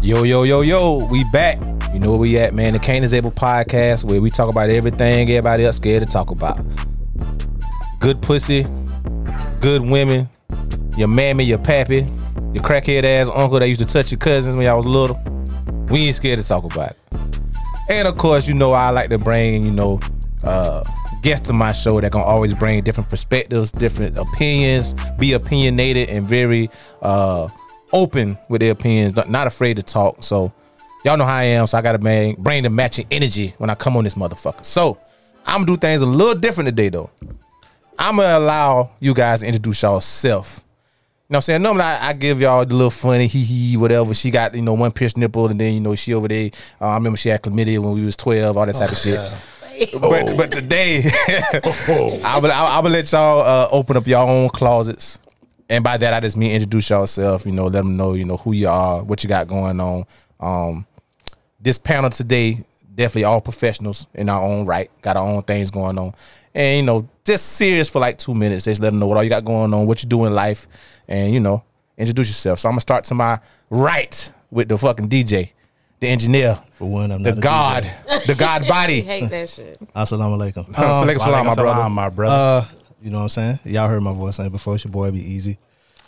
Yo, yo, yo, yo, we back. You know where we at, man. The Cain is Able podcast where we talk about everything everybody else scared to talk about. Good pussy, good women, your mammy, your pappy, your crackhead ass uncle that used to touch your cousins when y'all was little. We ain't scared to talk about it. And of course, you know I like to bring, you know, uh guests to my show that can always bring different perspectives, different opinions, be opinionated and very uh open with their opinions, not, not afraid to talk. So y'all know how I am, so I gotta bang, bring the matching energy when I come on this motherfucker. So I'm gonna do things a little different today though. I'm gonna allow you guys to introduce yourself. You know what I'm saying? Normally I, I give y'all the little funny hee hee whatever. She got you know one pierced nipple and then you know she over there. Uh, I remember she had chlamydia when we was twelve, all that type of shit. But but today I would I, I would let y'all uh, open up your own closets, and by that I just mean introduce yourself. You know, let them know you know who you are, what you got going on. Um, this panel today definitely all professionals in our own right, got our own things going on, and you know just serious for like two minutes. Just let them know what all you got going on, what you do in life, and you know introduce yourself. So I'm gonna start to my right with the fucking DJ, the engineer, For one, I'm the not a God, DJ. the God body. hate that shit. Assalamu alaikum. Um, Assalamu alaikum, my brother. my brother. Uh, you know what I'm saying? Y'all heard my voice saying before. It's your boy, Be Easy.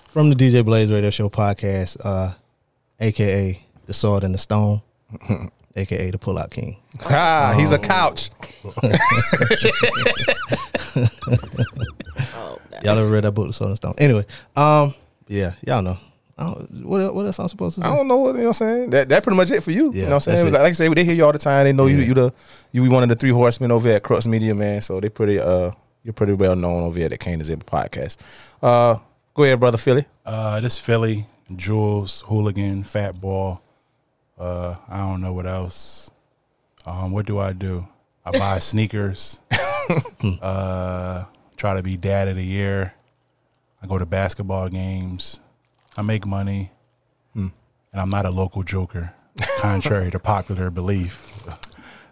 From the DJ Blaze Radio Show podcast, uh, aka The Sword and the Stone, aka The Pullout King. Ah, he's a couch. Oh, no. Y'all ever read that book, The Sword and the Stone? Anyway, um, yeah, y'all know. I don't, what, el- what else I'm supposed to I say? don't know what you know. What I'm saying that that pretty much it for you. you Yeah, know what I'm that's saying. it. Like, I say, they hear you all the time. They know you Yeah. you the you one of the three horsemen over at Crux Media, man. So they pretty uh you're pretty well known over here at the Kane is Able podcast. Uh, go ahead, brother Philly. Uh, this Philly, Jules, Hooligan, Fat Ball. Uh, I don't know what else. Um, what do I do? I buy sneakers. uh, try to be dad of the year. I go to basketball games. I make money, Hmm. and I'm not a local joker, contrary to popular belief.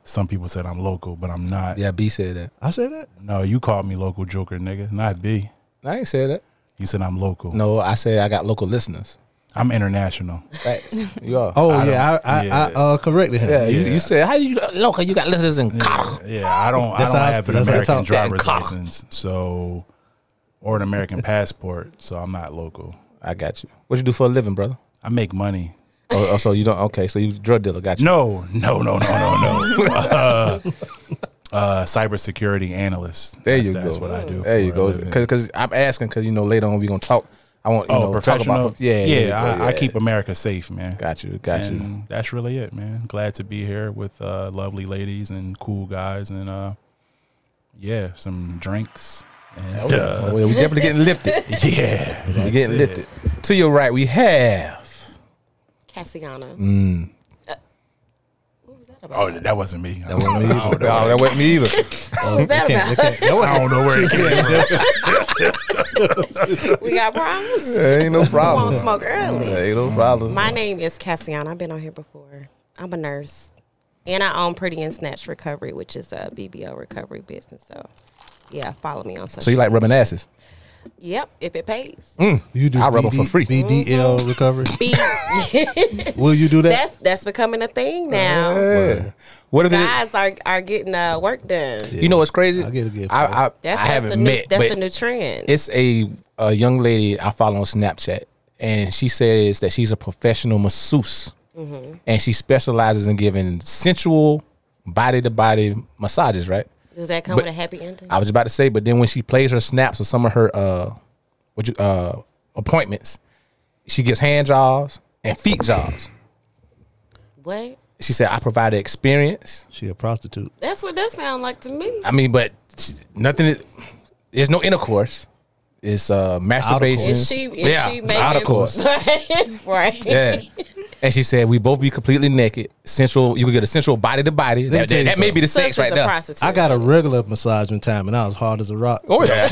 Some people said I'm local, but I'm not. Yeah, B said that. I said that? No, you called me local joker, nigga. Not B. I ain't said that. You said I'm local. No, I said I got local listeners. I'm international. Facts. you are. Oh, I yeah. don't- I, I, yeah. I uh, corrected him. yeah, you, yeah. you said how you local? You got listeners in Yeah, yeah, I don't. That's I how I- don't have an that's how I American talk. driver's Yeah, license, so or an American passport, so I'm not local. I got you. What you do for a living, brother? I make money. Oh, oh, so you don't? Okay, so you drug dealer. Got you. No, no, no, no, no, no. uh, uh, cybersecurity analyst. There that's, you That's go. what I do. There you for a go. living. Because I'm asking because you know later on we gonna talk. I want you oh, know talk professional. about yeah yeah. there you go, I, I yeah. keep America safe, man. Got you, got you. And that's really it, man. Glad to be here with uh, lovely ladies and cool guys, and uh, yeah, some drinks. Oh, And, yeah. uh, Oh, yeah, we definitely getting lifted. yeah, we getting lifted. To your right, we have. Cassiana. Mm. Uh, what was that Oh, about? that wasn't me. That Oh, that wasn't me either. what was that about? I don't know where it came from. we got problems. There ain't no Won't problem. smoke early. There ain't no problem. My name is Cassiana. I've been on here before. I'm a nurse, and I own Pretty and Snatch Recovery, which is a BBL recovery business. So, yeah, follow me on social. So you Mm. like rubbing asses? Yep, if it pays. You do I rub 'em for BD free. BDL recovery. B- Will you do that? that's that's becoming a thing now. Yeah. What are they? Guys are are getting uh, work done. You know what's crazy? I get a good I, I, That's I that's a haven't new, met. That's but a new trend. it's a, a young lady I follow on Snapchat, and she says that she's a professional masseuse, Mm-hmm. and she specializes in giving sensual body to body massages. Right? Does that come but- with a happy ending? I was about to say, but then when she plays her snaps or some of her uh, what you uh appointments, she gets hand jobs and feet jobs. what? She said, "I provide the experience." She a prostitute. That's what that sound like to me. I mean, but nothing. There's no intercourse. It's uh masturbation. Is she? Is yeah, she it's making, out of course. right. Yeah. And she said, "We both be completely naked, sensual. You could get a sensual body to body. me That, that, tell you that may be the So sex she's right a there. prostitute. I got a regular massage one time, and I was hard as a rock. Oh, yeah.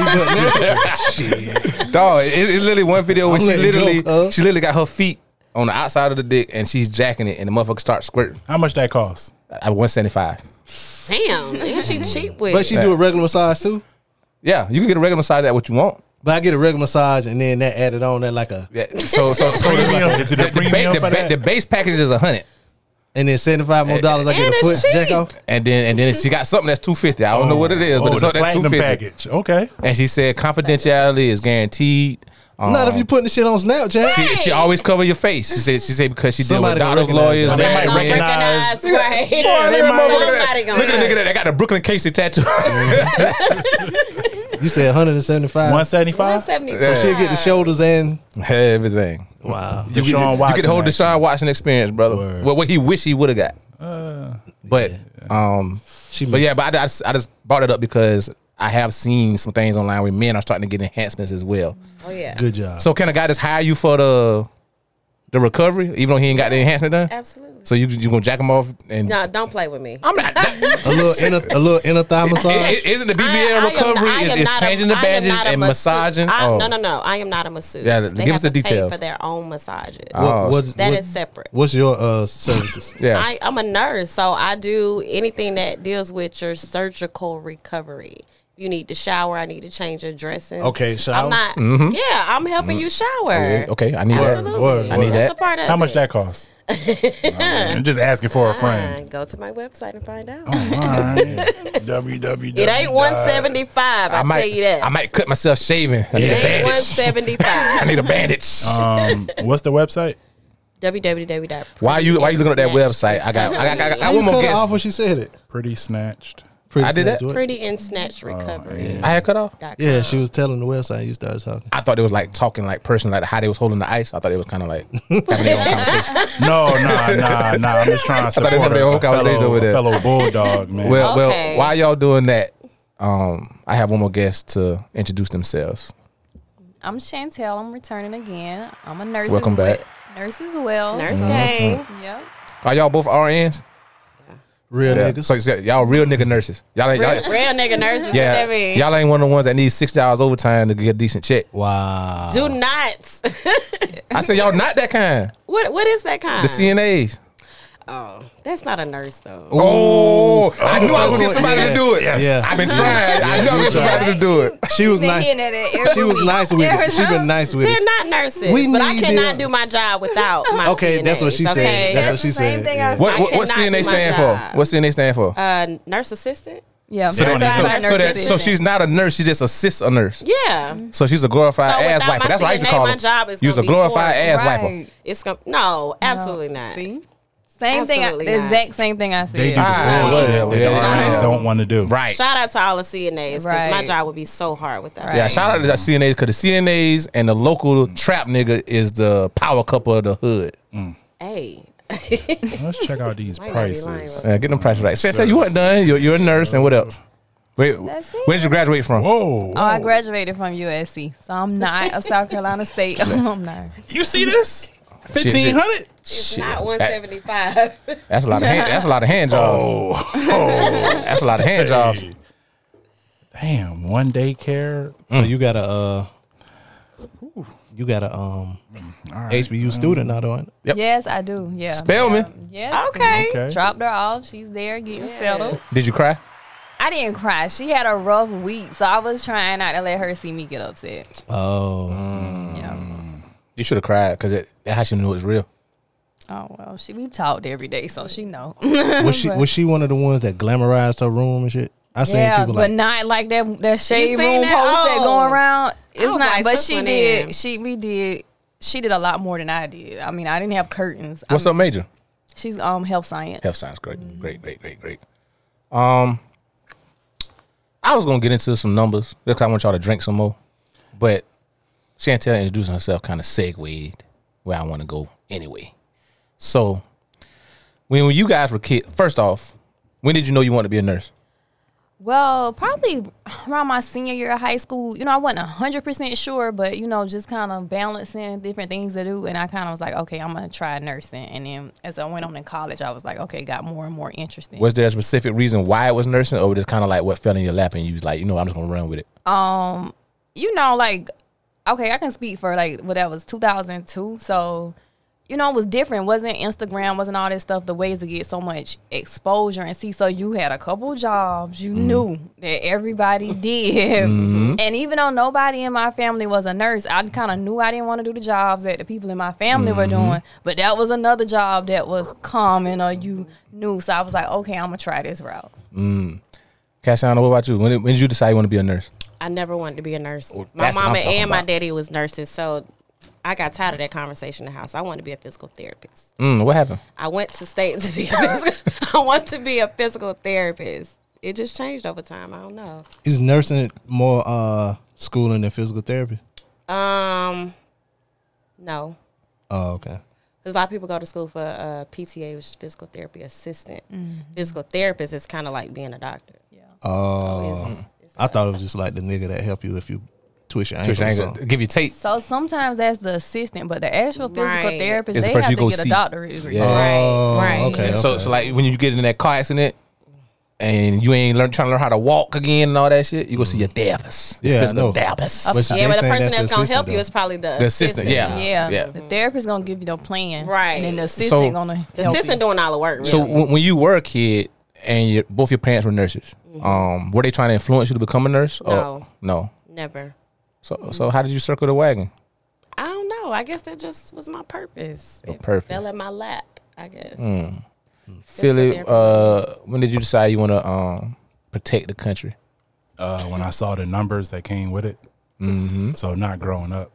she put me. Shit. Dog, it- it's literally one video where I'm she letting literally, go, uh. huh? she literally got her feet on the outside of the dick and she's jacking it, and the motherfucker starts squirting How much that cost? at one seventy five. Damn, and she cheap with But she it. do a regular massage too. Yeah, you can get a regular massage that what you want. But I get a regular massage and then that added on that like a Yeah, So so so Premium. Is it the, a the, ba- premium the, for ba- that? the base package is a hundred, and then seventy five more dollars I get And a it's foot cheap. jack off. and then and then she got something that's two fifty. I don't know what it is, but oh, it's the something that's two platinum fifty. package. Okay. And she said confidentiality is guaranteed. Um, Not if you putting the shit on Snapchat. She, she always cover your face. She said she said because she deal with Somebody gonna Donald's recognize lawyers. that. They Somebody might gonna recognize. recognize, right? Boy, look at that motherfucker that- Somebody gonna Look at the nigga that, that got the Brooklyn Casey tattoo. You said one hundred and seventy One five. seventy five. So 175. she'll get the shoulders and Everything. wow. You get, Deshaun you get the whole Watson Deshaun Watson experience, brother. Word. Well, what he wish he would have got. but um, She but yeah, but I, I just- I just brought it up because I have seen some things online where men are starting to get enhancements as well. Oh yeah. good job. So can a guy just hire you for the the recovery, even though he ain't got the enhancement done? Absolutely. So you you gonna jack him off and No, don't play with me. I'm not. that- A little inner a little inner thigh i- massage. i- isn't the BBL Uh, I- I am- recovery I am is, is not a- changing the I am badges not a and masseuse. massaging? I, oh. No, no, no. I am not a masseuse. Yeah, they give us have the to pay details. for their own massages. Oh, What, what, That what- is separate. What's your uh services? Yeah. I, I'm a nurse, so I do anything that deals with your surgical recovery. You need to shower. I need to change your dressing. Okay, shower? Mm-hmm. I'm not. Yeah, I'm helping you shower. Yeah, okay, I need that. Absolutely. Word, I need that. That's a part of How much it. that cost? I'm just asking for a friend. Fine, Go to my website and find out. Oh All right. www. It ain't 175. I, I might tell you that. I might cut myself shaving. I need it a ain't bandage. 175. I need a bandage. Uh, Um, what's the website? www. why you why you looking at that website? I got I got I got, I got you one more cut her guess. off when she said it. Pretty snatched. Pretty I did that? snatch, what? Pretty and snatch recovery. I had cut off. Oh, Yeah, she was telling the website. You started talking. I thought it was like talking like person like how they was holding the ice. I thought it was kind of like having their own conversation. No, nah, nah, nah. I'm just trying to thought they support had a, their a whole conversation fellow, over there. a fellow bulldog, man. Well, Okay. well, while y'all doing that, um, I have one more guest to introduce themselves. I'm Chantel. I'm returning again. I'm a nurse. Welcome as well. back. Nurse as well. Nurse Mm-hmm. gang. Yep. Are y'all both RNs? Real Yeah. niggas. So, so y'all real nigga nurses. Y'all, ain't- y'all Real nigga nurses. yeah, What that mean? y'all ain't one of the ones that need sixty hours overtime to get a decent check. wow. Do not. I said y'all not that kind. what What is that kind? The CNAs. oh, that's not a nurse though. Oh, I knew I was gonna get Yeah. somebody to do it. Yes. Yeah. I've been trying. I knew I was gonna get somebody to do it. She was Been nice. hitting at it every She was week. nice with There it. She been nice with They're it. not nurses, We but I need cannot them. do my job without my Okay, that's what she CNAs, said. okay? That's what she Same said. thing I Yeah. said. What I what, what CNA cannot do my stand job. for? What CNA stand for? Uh, nurse assistant. Yeah. so, that, so, certified so nurse that so assistant. she's not a nurse. She just assists a nurse. Yeah. So she's a glorified So ass without wiper. my That's what I used to CNA, call my her. job is You was a gonna be glorified horrible. ass wiper. right. It's gonna no, absolutely not. See? Same Absolutely thing. I, the not. exact same thing I said. they do the Ah, bullshit whatever. that Yeah, the yeah. RNs don't want to do. Right. Shout out to all the CNAs because my Right. job would be so hard without. Right. Yeah, shout out to the CNAs because the CNAs and the local trap nigga is the power couple of the hood. Hey, Let's check out these Might not be lying, prices. Uh, get them prices right. Santa, you weren't done. You're, you're a nurse and what else? Wait, That's it. where did you graduate from? Whoa. Oh, I graduated from USC, so I'm not a South Carolina State. I'm not. You see this? Shit, shit. Fifteen hundred. it's Shit. not one That- seventy five. that's a lot of hand, that's a lot of hand jobs. Oh, oh. That's a lot of hand jobs. Hey. Damn. One day care. So you got a uh, you got a um HBU student now doing it. Yep. Yes, I do. Yeah. Spellman. Um, yes. Okay. Okay. Dropped her off. She's there getting settled. Did you cry? I didn't cry. She had a rough week, so I was trying not to let her see me get upset. Oh, Yeah. You should have cried because that how she knew it was real. Oh well, she we talked every day, so she know. was she was she one of the ones that glamorized her room and shit? I seen yeah, people but like not like that that shade seen room that? post that Oh. going around. It's not. was like, but this she one did. in. She we did. She did a lot more than I did. I mean, I didn't have curtains. What's I up, major? She's um health science. Health science, great, great, great, great, great. Um, I was gonna get into some numbers because I want y'all to drink some more, but Chantel introducing herself kind of segued where I want to go anyway. So, when, when you guys were kids, first off, when did you know you wanted to be a nurse? Well, probably around my senior year of high school, you know, I wasn't hundred percent sure, but you know, just kind of balancing different things to do, and I kind of was like, okay, I'm gonna try nursing. And then as I went on in college, I was like, okay, got more and more interested. Was there a specific reason why it was nursing, or was it kind of like what fell in your lap and you was like, you know, I'm just gonna run with it? you know, like, okay, I can speak for like what that was 2002. So, you know, it was different. Wasn't Instagram, wasn't all that stuff the ways to get so much exposure and see. So you had a couple jobs you knew that everybody did. And even though nobody in my family was a nurse, I kind of knew I didn't want to do the jobs that the people in my family were doing. But that was another job that was common or you knew. So I was like, okay, I'm going to try this route. Cassiano, what about you? When, did- when did you decide you want to be a nurse? I never wanted to be a nurse. my that's what I'm mama talking and my about. daddy was nurses, so I got tired of that conversation in the house. I wanted to be a physical therapist. Mm, what happened? I went to state to be a physical, I want to be a physical therapist. It just changed over time. I don't know. Is nursing more uh, schooling than physical therapy? Um, no, Oh, okay. because a lot of people go to school for uh, PTA, which is physical therapy assistant. Physical therapist is kind of like being a doctor. Mm-hmm. Yeah. Oh, It's- it's I thought it was just like the nigga that help you if you twist your ankle. Trish, I or ain't something. gonna give you tape. So sometimes that's the assistant, but the actual physical Right. therapist, It's the they person have you to go get see. a doctorate degree. Yeah. Oh, right. okay. Yeah, So, so like when you get in that car accident and you ain't learn, trying to learn how to walk again and all that shit, you go see your therapist. Yeah, I Physical know. therapist. But she- yeah, they but the saying person that's the that's gonna help assistant, you though. is probably the, The assistant, yeah. Yeah. Yeah. The therapist gonna give you the plan. Right. And then the assistant So- gonna The help assistant you. doing all the work. So really. when, when you were a kid and your, both your parents were nurses, um, were they trying to influence you to become a nurse? or- No. no. never. So, so how did you circle the wagon? I don't know. I guess that just was my purpose. Your purpose. Mm. Fell in my lap. I guess. Philip, therapy. uh, when did you decide you want to um, protect the country? Uh, when I saw the numbers that came with it, Mm-hmm. so not growing up,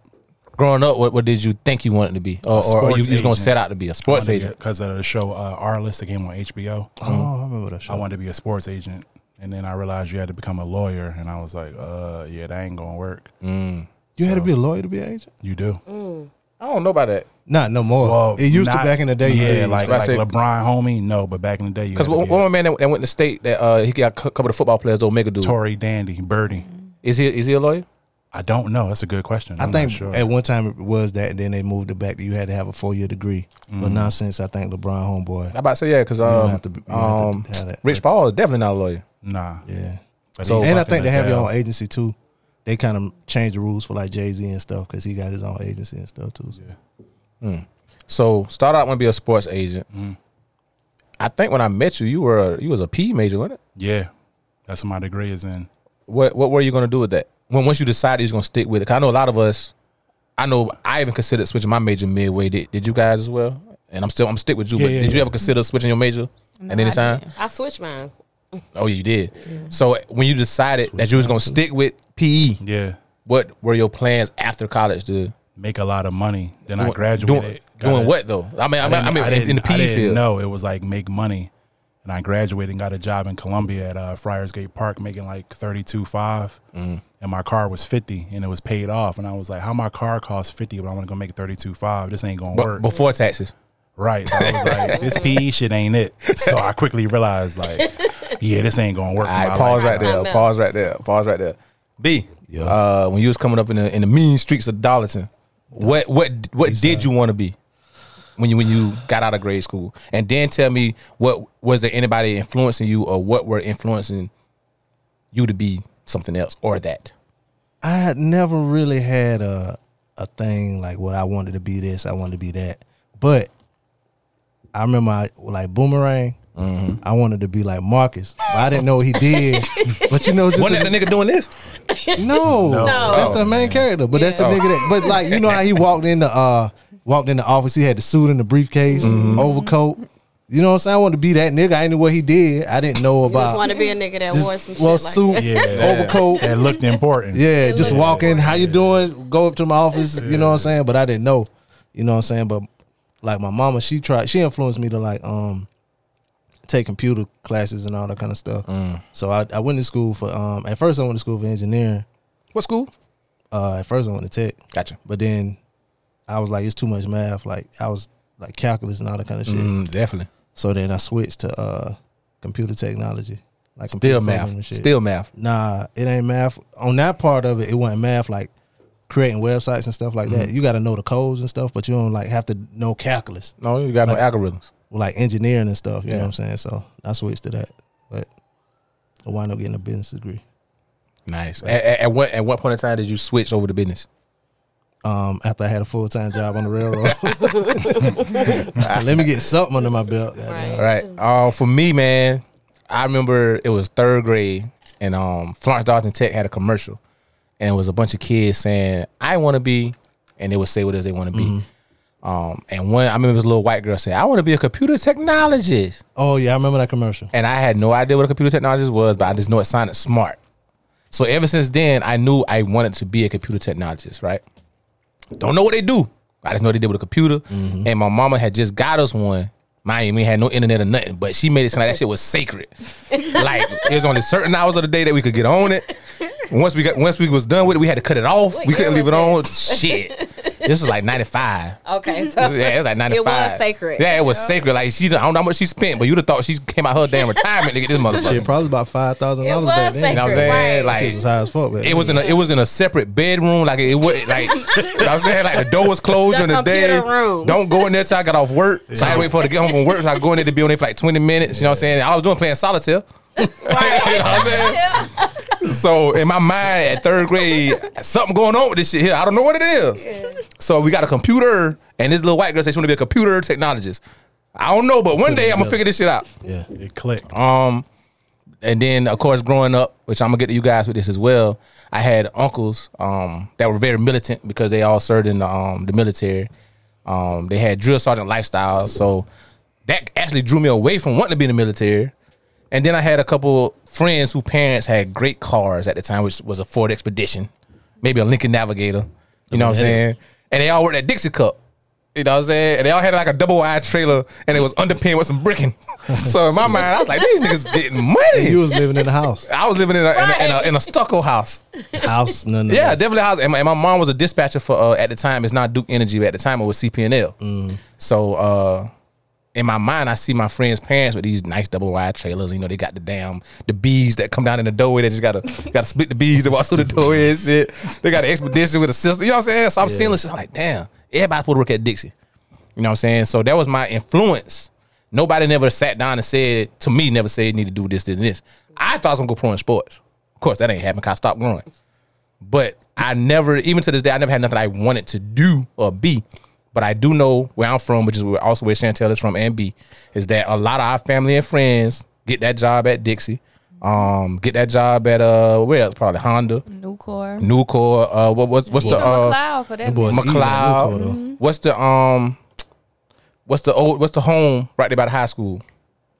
Growing up, what, what did you think you wanted to be, or, or you, sports you was gonna agent. set out to be a sports agent? because of the show uh, Our List that came on HBO. Oh, I remember that show. I wanted to be a sports agent, and then I realized you had to become a lawyer, and I was like, uh, yeah, that ain't gonna work. you had to be a lawyer to be an agent? You do. Mm. I don't know about that. Not no more. Well, it used not- to back in the day. you did. Yeah, like, That's like it. LeBron, homie. No, but back in the day, you Because had to one, be one a- more man that, that went to state that uh, he got a couple of football players, the Omega dude. Tory Dandy, Birdie. Is he is he a lawyer? I don't know. That's a good question. I I'm think not sure. at one time it was that, and then they moved it back that you had to have a four year degree. Mm-hmm. But now since I think LeBron homeboy, I about to say yeah, because um, have to be- you don't have to um, have that. Rich Paul is definitely not a lawyer. nah. yeah. But So- he and I fucking think they have your Adele. own agency too. They kind of changed the rules for like Jay Z and stuff because he got his own agency and stuff too. So. So start out want to be a sports agent. Mm. I think when I met you, you were a, you was a P major, wasn't it? Yeah, that's what my degree is in. What what were you gonna do with that? When once you decided you was gonna stick with it, 'Cause I know a lot of us. I know I even considered switching my major midway. Did, did you guys as well? And I'm still I'm stick with you. Yeah, but yeah, did you yeah. ever consider switching your major at any I time? didn't. I switched mine. Oh, you did. So when you decided that you was gonna stick with E, PE, Yeah, what were your plans after college to make a lot of money. Then I doing- graduated. Doing, got doing a- what though? I mean, I, mean, I mean, in- in the I PE didn't field. know it was like make money. And I graduated and got a job in Columbia at uh, Friars Gate Park, making like thirty two five, Mm-hmm. and my car was fifty, and it was paid off. And I was like, "How my car costs fifty, but I'm gonna go make thirty two five? This ain't gonna But work." before taxes. Right. So I was like, this PE shit ain't it. So I quickly realized, like, yeah, this ain't gonna work. for All right, my pause life. right there. Something Pause else. right there. Pause right there. B. Yeah. Uh, when you was coming up in the in the mean streets of Darlington, what what what did you want to be when you when you got out of grade school? And then tell me what was there anybody influencing you, or what were influencing you to be something else or that? I had never really had a a thing like what I wanted to be this, I wanted to be that. But I remember I, like boomerang. Mm-hmm. I wanted to be like Marcus, but I didn't know what he did. but you know, just Wasn't that the nigga doing this? no, No. that's the main character. But that's the nigga that. But like you know how he walked in the uh walked in the office. He had the suit and the briefcase, overcoat. You know what I'm saying? I wanted to be that nigga. I didn't know what he did. I didn't know You just about. want to be a nigga that just- wore some shit well, like suit, that. Yeah. overcoat, That looked important. yeah, It just looked walk in. How you doing? Go up to my office. You know what I'm saying? But I didn't know. You know what I'm saying? But like my mama, she tried. She influenced me to like um take computer classes and all that kind of stuff. Mm. So I, I went to school for um at first I went to school for engineering. What school? Uh, at first I went to tech, Gotcha. but then I was like it's too much math. Like I was like calculus and all that kind of shit. Mm, definitely. So then I switched to uh computer technology, like computer Still programming math. and shit. Still math. Nah, it ain't math. On that part of it, it wasn't math. Like creating websites and stuff like Mm-hmm. that. You got to know the codes and stuff, but you don't like have to know calculus, No, you got no algorithms. like engineering and stuff. You know Yeah. what I'm saying? So I switched to that, but I wound up getting a business degree. Nice. At, at, at what at what point in time did you switch over to business? um, after I had a full time job on the railroad. Let me get something under my belt. Right. All right. Uh, for me, man, I remember it was third grade, and um, Florence Dawson Tech had a commercial, and it was a bunch of kids saying, "I want to be," and they would say what it is they want to be. Um, and one, I remember this little white girl said, "I want to be a computer technologist," Oh yeah, I remember that commercial. and I had no idea what a computer technologist was, but I just know it sounded smart. So ever since then, I knew I wanted to be a computer technologist. Right? Don't know what they do. I just know they did with a computer. Mm-hmm. And my mama had just got us one. Mind you, we had no internet or nothing, but she made it sound like that shit was sacred. like it was only certain hours of the day that we could get on it. Once we got, once we was done with it, we had to cut it off. What we year couldn't leave it on. was Shit, this was like ninety five Okay, so yeah, it was like 95. sacred. Yeah, it was sacred. Like, she, done- I don't know how much she spent, but you'd have thought she came out her damn retirement to get this motherfucker. Shit, probably about five thousand it dollars was back sacred. then. You know what I'm saying? Right. Shit Like, was high as fuck. back it then. was in a it was in a separate bedroom. Like it was like you know what I'm saying like the door was closed The during the day. computer room. Don't go in there till I got off work. So I had to wait for her to get home from work. So I go in there to be on there for like 20 minutes. You know what I'm saying? I was doing playing solitaire. you know what I'm saying? So in my mind at third grade, something going on with this shit here. I don't know what it is. So we got a computer, and this little white girl says she want to be a computer technologist. I don't know, but one day I'm gonna figure this shit out. yeah. It clicked. Um, And then, of course, growing up, which I'm gonna get to you guys with this as well. I had uncles um, that were very militant because they all served in the, um, the military. Um, they had drill sergeant lifestyle, so that actually drew me away from wanting to be in the military. And then I had a couple friends whose parents had great cars at the time, which was a Ford Expedition, maybe a Lincoln Navigator. You know what I'm saying? And they all worked at Dixie Cup. You know what I'm saying? And they all had like a double wide trailer and it was underpinned with some bricking. so in my mind, I was like, these niggas getting money. You was living in a house. I was living in a, in a, in a, in a stucco house. House, none of Yeah, that. definitely house. And my, and my mom was a dispatcher for uh, at the time. It's not Duke Energy, but at the time it was CPNL. So uh, in my mind, I see my friends' parents with these nice double wide trailers. You know, they got the damn the bees that come down in the doorway. They just gotta gotta split the bees that walk through the doorway and shit. They got an expedition with a sister. You know what I'm saying? So I'm seeing this. shit, I'm like, damn, everybody's supposed to work at Dixie. You know what I'm saying? So that was my influence. Nobody never sat down and said to me, never said you need to do this, this, and this. I thought I was gonna go pro in sports. Of course, that ain't happening. Cause I stopped growing. But I never, even to this day, I never had nothing I wanted to do or be. But I do know where I'm from, which is where- also where Chantel is from and B, is that a lot of our family and friends get that job at Dixie, um, get that job at uh, where else? Probably Honda, Nucor. Nucor. Uh, what, what's what's the uh, McLeod for that. boys matter. eating at Nucor, McLeod. Mm-hmm. though. What's the um? What's the old? What's the home right there by the high school?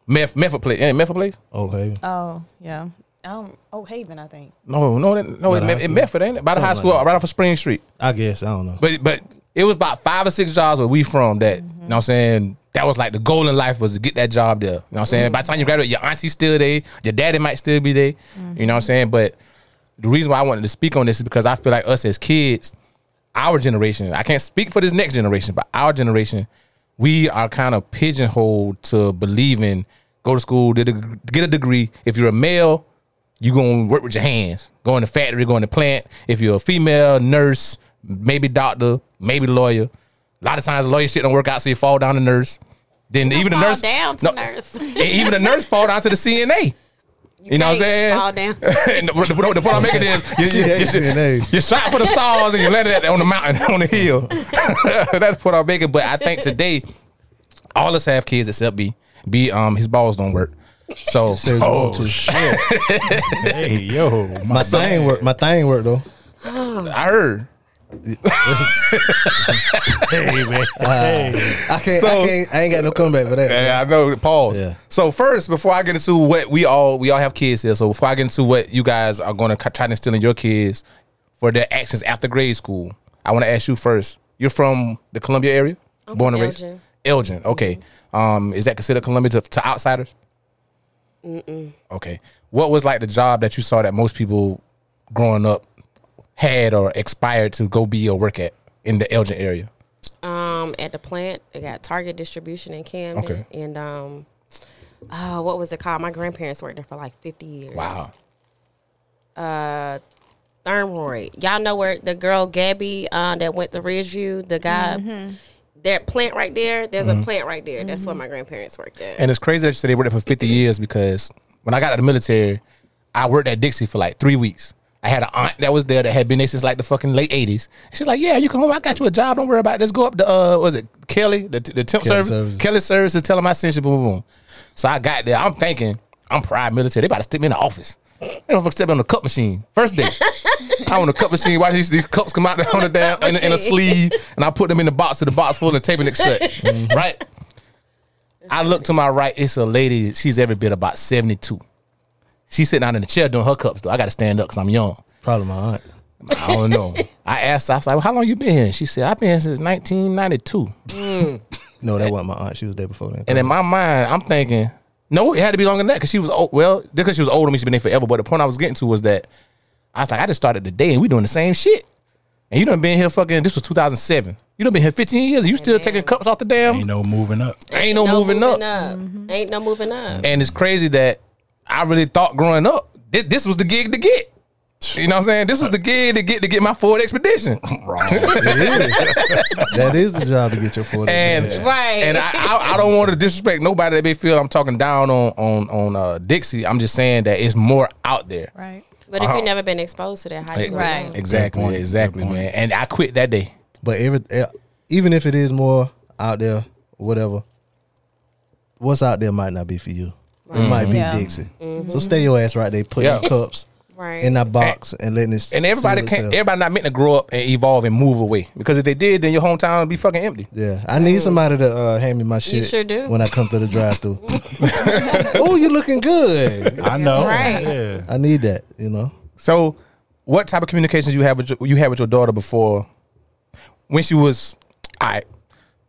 Meth, Method Place. Ain't it Method Place? Okay. Oh yeah. Um, oh Haven, I think. No, no, that- no. By It, the high Meth- it school. Method ain't it? By the high Something school, like that. right off of Spring Street. I guess I don't know. But but it was about five or six jobs where we from that. You know what I'm saying? That was like the goal in life was to get that job there. You know what I'm saying? By the time you graduate, your auntie's still there, your daddy might still be there. You know what I'm saying? But the reason why I wanted to speak on this is because I feel like us as kids, our generation, I can't speak for this next generation, but our generation, we are kind of pigeonholed to believing go to school, get a, get a degree. If you're a male, you gonna work with your hands. Go in the factory, go in the plant. If you're a female nurse, maybe doctor, maybe lawyer. A lot of times the lawyer shit don't work out, so you fall down to nurse. Then even the fall nurse down to No, nurse. and even the nurse fall down to the CNA. You, know what I'm can't saying? fall down. And the, the- the point I'm making is you, you, Yeah, you, CNA. you shot for the stars and you landed at, on the mountain on the hill. That's what I'm making. But I think today, all us have kids except B. B um his balls don't work. So Said you oh want to. shit! hey yo, my, My son. thing work. My thing work though. I heard. Hey man, hey. I can't. So- I can't. I ain't got no comeback for that. Yeah, I know. Pause. Yeah. So first, before I get into what we all we all have kids here, so before I get into what you guys are going to try to instill in your kids for their actions after grade school, I want to ask you first. You're from the Columbia area, I'm born from and raised. Elgin. Mm-hmm. Elgin. Okay. Um, is that considered Columbia to, to outsiders? Mm-mm. Okay. What was like the job that you saw that most people growing up had or expired to go be or work at in the Elgin area? Um, at the plant, they got Target distribution in Camden, Okay. and um, uh, what was it called? My grandparents worked there for like fifty years. Wow. Thermroid. Y'all know where the girl Gabby uh, that went to Ridgeview, the guy, Mm-hmm. that plant right there. There's a plant right there. That's where my grandparents worked at. Mm-hmm. And it's crazy that you said they worked there for 50 years because when I got out of the military, I worked at Dixie for like three weeks. I had an aunt that was there that had been there since like the fucking late eighties. She's like, "Yeah, you come home. I got you a job. Don't worry about it. Let's go up to uh, was it Kelly, the the temp Kelly service, Services. Kelly services. Tell them I sent you. Boom, boom, boom. So I got there. I'm thinking I'm prior military. They about to stick me in the office. They don't fuck step me on the cup machine. First day, I on the cup machine. Watch these, these cups come out there on the damn in, a- in a sleeve, and I put them in the box. So the box full and the taping it shut. Right. I look to my right. It's a lady. She's every bit about seventy two. She's sitting out in the chair doing her cups though. I got to stand up because I'm young. Probably my aunt. I don't know. I asked. her, I was like, well, "How long you been here?" And she said, "I've been here since 1992." No, that wasn't my aunt. She was there before then. And in my mind, I'm thinking, no, it had to be longer than that because she was old. Well, because she was older, than me, she's been there forever. But the point I was getting to was that I was like, I just started today, and we doing the same shit. And you done been here fucking. This was 2007. You done been here 15 years. And you still taking cups off the damn. Ain't no moving up. Ain't no, moving, up. Mm-hmm. Ain't no moving up. And it's crazy that I really thought growing up, thi- this, was the gig to get. You know what I'm saying? This was the gig to get to get my Ford Expedition. that is the job to get your foot. And Right. and I, I, I don't want to disrespect nobody that may feel I'm talking down on on on uh, Dixie. I'm just saying that it's more out there. Right. But uh-huh. if you've never been exposed to that, how you gonna Right. know? Exactly, Good point. exactly, Good point. man. And I quit that day. But every eh, even if it is more out there, whatever, what's out there might not be for you. It might be Yeah. Dixie. So stay your ass right there, putting Yeah. cups Right. in that box and, letting it. And everybody seal can't. itself. Everybody not meant to grow up and evolve and move away. Because if they did, then your hometown would be fucking empty. yeah, I need somebody to uh, hand me my shit. sure do. When I come through the drive-through. oh, you looking good. I know. right. Yeah. I need that. You know. So, what type of communications you have with your, you had with your daughter before when she was? All right,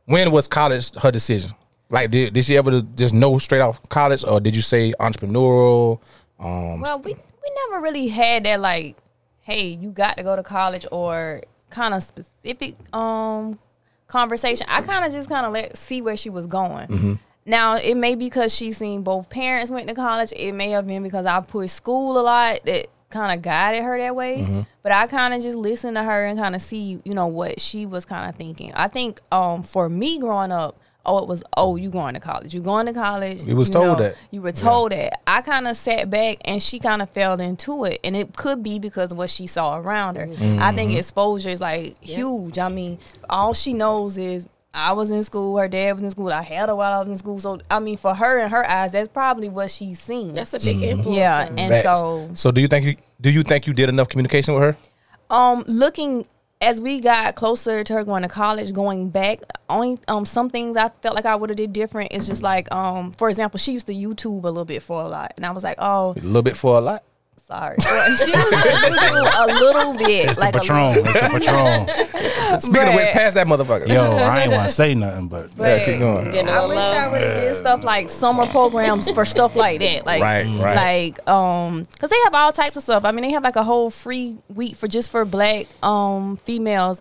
when was college her decision? Like, did, did she ever just know straight off college, or did you say entrepreneurial? Um, Well, we we never really had that like, hey, you got to go to college or kind of specific um conversation. I kind of just kind of let see where she was going. Mm-hmm. Now it may be because she seen both parents went to college. It may have been because I pushed school a lot that kind of guided her that way. Mm-hmm. But I kind of just listened to her and kind of see you know what she was kind of thinking. I think um for me growing up. Oh, it was oh you going to college? You going to college? We was you told that. you were told that. I kind of sat back and she kind of fell into it. And it could be because of what she saw around her. I think exposure is like huge. I mean, all she knows is I was in school, her dad was in school, I had her while I was in school. So, I mean, for her in her eyes, that's probably what she's seen. That's a Mm-hmm. big influence. yeah. on And Facts. so, So do you think you do you think you did enough communication with her? um looking as we got closer to her going to college going back only um some things i felt like i would have did different is just like um for example she used to youtube a little bit for a lot and i was like oh A little bit for a lot. sorry Well, she used to YouTube a little bit It's like the a patron. little, It's the patron. Speaking of But- which, pass that motherfucker. Yo, I ain't want to say nothing, but but keep going. You know, I wish I would have did stuff like summer programs for stuff like that, like Right, right. like um, cause they have all types of stuff. I mean, they have like a whole free week for just for black um females,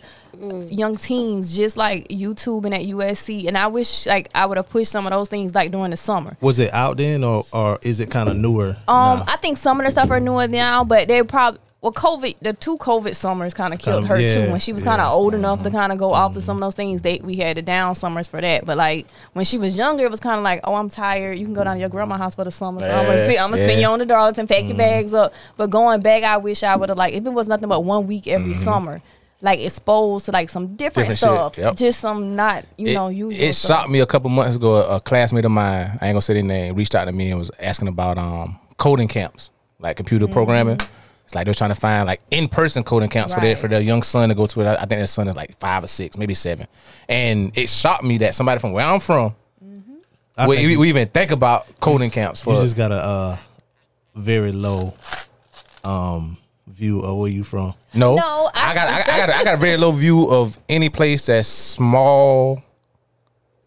young teens, just like YouTube and at USC. And I wish like I would have pushed some of those things like during the summer. Was it out then, or or is it kind of newer? Um, now? I think some of the stuff are newer now, but they probably well, COVID, the two COVID summers kind of Oh, killed her yeah, too. When she was kind of old enough Mm-hmm. to kind of go off to some of those things, they we had the down summers for that. But like when she was younger, it was kind of like, oh, I'm tired. You can go down to your grandma's house for the summer. So I'm gonna, Yeah, sit, I'm gonna send yeah. Mm-hmm. you on the dogs and pack your bags up. But going back, I wish I would have like if it was nothing but one week every summer, like exposed to like some different, Mm-hmm. Different shit, stuff, yep. just some not you know usual. it stuff. shocked me a couple months ago. A classmate of mine, I ain't gonna say their name, reached out to me and was asking about um coding camps, like computer programming. It's like they're trying to find like in person coding camps for their Mm. Right. for their young son to go to it. I, I think their son is like five or six, maybe seven. And it shocked me that somebody from where I'm from, Mm-hmm. I we, think we, we even think about coding camps for. you just got a uh, very low um, view of where you from. No, No, I, I- got, I got, I got, a- I got a very low view of any place that's small,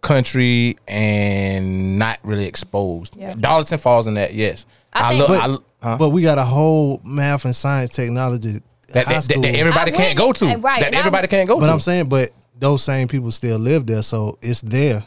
country, and not really exposed. Yeah. Darlington falls in that. Yes, I I, think- look. But, I, lo- huh? but we got a whole math and science technology that, high that, that, school. that everybody I can't go wouldn't- to. uh, right, That and I everybody would- can't go but to. I'm saying, but those same people still live there, so it's there.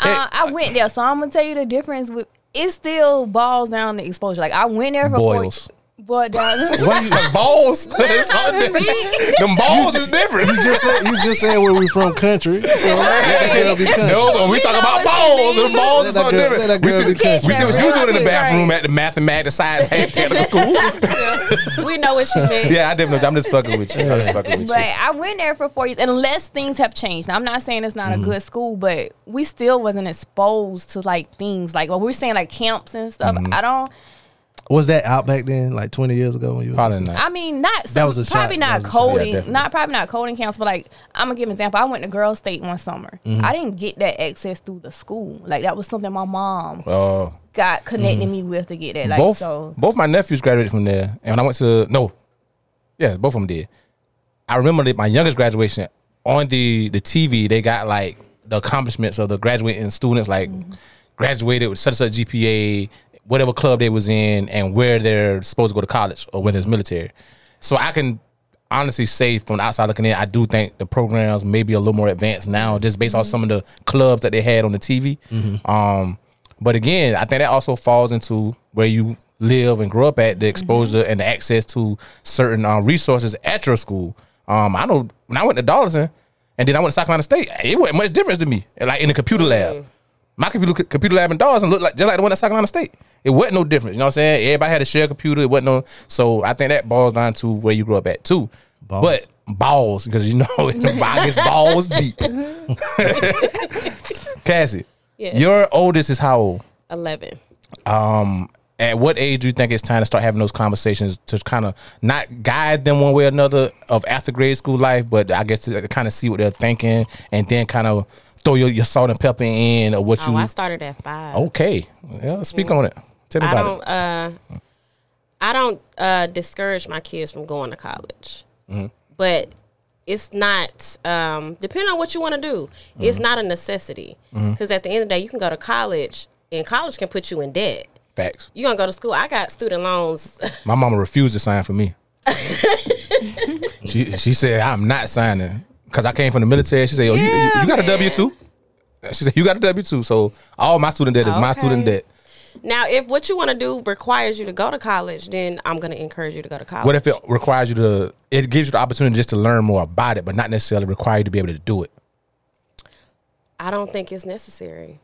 Uh, I went there, so I'm gonna tell you the difference. With it still boils down to exposure. Like I went there for four- Boils. But uh, Why you, balls. It's something different. Them balls is different. you just said, you just said where we from country. So let that girl be country. No, but we We talk know what about you balls. mean. Them balls is Let that something girl- let different. that We girl see, be we see country. what you was doing in the Right. bathroom at the math and mag the science hand technical school. we know what she meant. Yeah, I definitely. I'm just fucking with you. I'm just fucking with but you. I went there for four years, unless things have changed. Now, I'm not saying it's not Mm-hmm. a good school, but we still wasn't exposed to like things like well, we're saying like camps and stuff. Mm-hmm. I don't. Was that out back then, like twenty years ago when you was Probably not. I mean, not some, That was a shot. probably not That was a shot. Yeah, coding, definitely. not probably not coding camps, but like I'm gonna give an example. I went to Girls State one summer. Mm-hmm. I didn't get that access through the school. Like that was something my mom Oh. got connected Mm-hmm. me with to get that. Like both so, both my nephews graduated from there, and when I went to no, yeah, both of them did. I remember that my youngest graduation on the the TV they got like the accomplishments of the graduating students, like Mm-hmm. graduated with such and such GPA, whatever club they was in, and where they're supposed to go to college or whether it's military. So I can honestly say from the outside looking in, I do think the programs may be a little more advanced now, just based off Mm-hmm. some of the clubs that they had on the TV. Um, but again, I think that also falls into where you live and grow up at, the exposure and the access to certain uh, resources at your school. Um, I know when I went to Darlington and then I went to South Carolina State, it wasn't much difference to me. Like in the computer lab. My computer computer lab in Dawson looked like just like the one at South Carolina State. It wasn't no difference. You know what I'm saying? Everybody had a shared computer. It wasn't no. So I think that boils down to where you grew up at too. Balls. But balls, because you know the body gets balls deep. Cassie, Yes. your oldest is how old? Eleven. Um, At what age do you think it's time to start having those conversations to kind of not guide them one way or another of after grade school life, but I guess to kind of see what they're thinking and then kind of throw your, your salt and pepper in or what Oh, you I started at five. Okay. Yeah, speak on it. Tell me I about don't. it. Uh, I don't uh, discourage my kids from going to college, Mm-hmm. but it's not um, depending on what you want to do. Mm-hmm. It's not a necessity because at the end of the day, you can go to college, and college can put you in debt. Facts. You're gonna go to school. I got student loans. My mama refused to sign for me. she she said, I'm not signing. Because I came from the military. She said, Oh, you- you, Yeah, you got a man. W 2? She said, You got a W 2. So all my student debt is my Okay. student debt. now, if what you want to do requires you to go to college, then I'm gonna encourage you to go to college. What if it requires you to, it gives you the opportunity just to learn more about it, but not necessarily require you to be able to do it? I don't think it's necessary.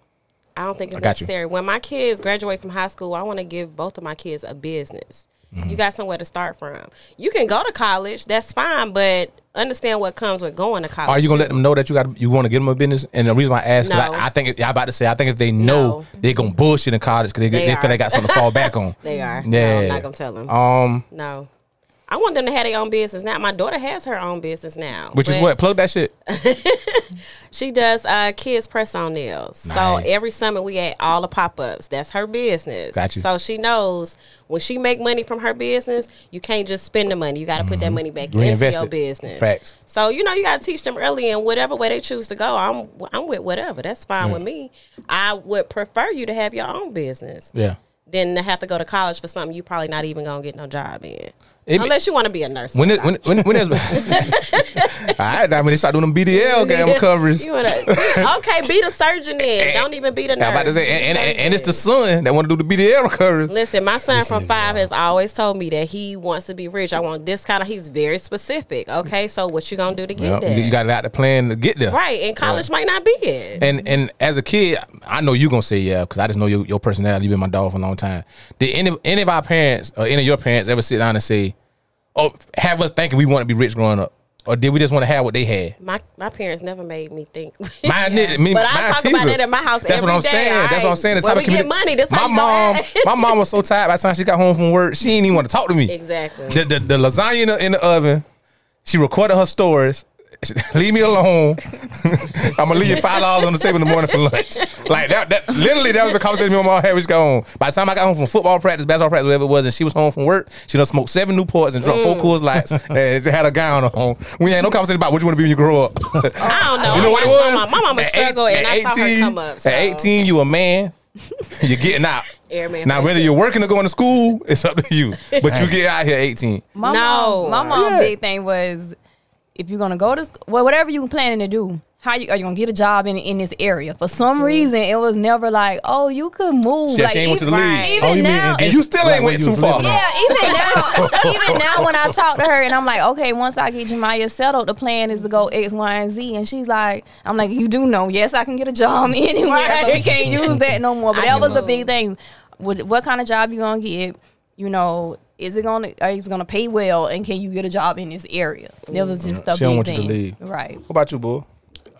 I don't think it's I got you. necessary. When my kids graduate from high school, I want to give both of my kids a business. Mm-hmm. You got somewhere to start from. You can go to college, that's fine, but understand what comes with going to college. Are you gonna let them know that you got you want to give them a business? And the reason why I ask, 'cause No. I, I think if- I about to say, I think if they know, No. they're gonna bullshit in college because they, They they feel are. they got something to fall back on. They are. No, Yeah. I'm not gonna tell them. Um, no. I want them to have their own business now. My daughter has her own business now, Which is but what? Plug that shit. she does. Uh, kids press on nails. Nice. So every summer we at all the pop ups. That's her business. Got you. So she knows when she make money from her business, you can't just spend the money. You got to put that money back Reinvest into Mm-hmm. it. your business. Facts. So you know you got to teach them early, and whatever way they choose to go, I'm I'm with whatever. That's fine Mm. with me. I would prefer you to have your own business Yeah. than to have to go to college for something you probably not even gonna get no job in, It be- unless you want to be a nurse. When it, when when when is all right? I mean, they start doing them BDL game coverage. Eh, you wanna, okay, be the surgeon then. Don't even be the nurse. I'm about to say, Be the and, and, and it's the surgeon. son that want to do the BDL coverage. Listen, my son from five has always told me that he wants to be rich. I want this kind of. He's very specific. Okay, so what you gonna do to Yeah, get there? you got to the plan to get there, right, and college might not be it. And and as a kid, I know you gonna say yeah because I just know your, your personality. you been my dog for a long time. Did any any of our parents or any of your parents ever sit down and say, "Oh, have us thinking we want to be rich growing up," or did we just want to have what they had? my my parents never made me think. Mine did. Me, But I mine talk about either. that at my house That's what every I'm day, saying. That's what I'm alright? saying. The When type we of get community. money, that's my how you mom. know my mom was so tired by the time she got home from work, she didn't even want to talk to me. Exactly. The the, the lasagna in the, in the oven. She recorded her stories. leave me alone. I'm gonna leave you five dollars on the table in the morning for lunch. Like that. That literally that was the conversation me and my mom had. when She got home. By the time I got home from football practice, basketball practice, whatever it was, and she was home from work, she done smoked seven Newports and drunk Mm. four Coors Lights and had a gown on. We ain't no conversation about what you want to be when you grow up. I don't know. You know I what it watched was? My mama, my mama At struggle, eight- and at I saw her come up. So. At 18, you a man. You're getting out. Airman now, first whether you're working or going to school, it's up to you. But you get out here 18. my No. mom, my mom Yeah. big thing was if you're gonna go to school, well, whatever you planning to do, how you are you gonna get a job in in this area? For some reason, it was never like, oh, you could move. She like actually ain't went to the even- league. Oh, Even you mean now, in this- You still ain't when went you too was far. living in- yeah, even now, even now when I talk to her and I'm like, okay, once I get Jemiah settled, the plan is to go X, Y, and Z. And she's like, I'm like, you do know, yes, I can get a job anywhere. But we can't use that no more. But I that was the know. big thing. What, what kind of job you gonna get? You know, is it gonna is it gonna pay well? And can you get a job in this area? That was just the She don't big want you thing, to leave. right? What about you, boo?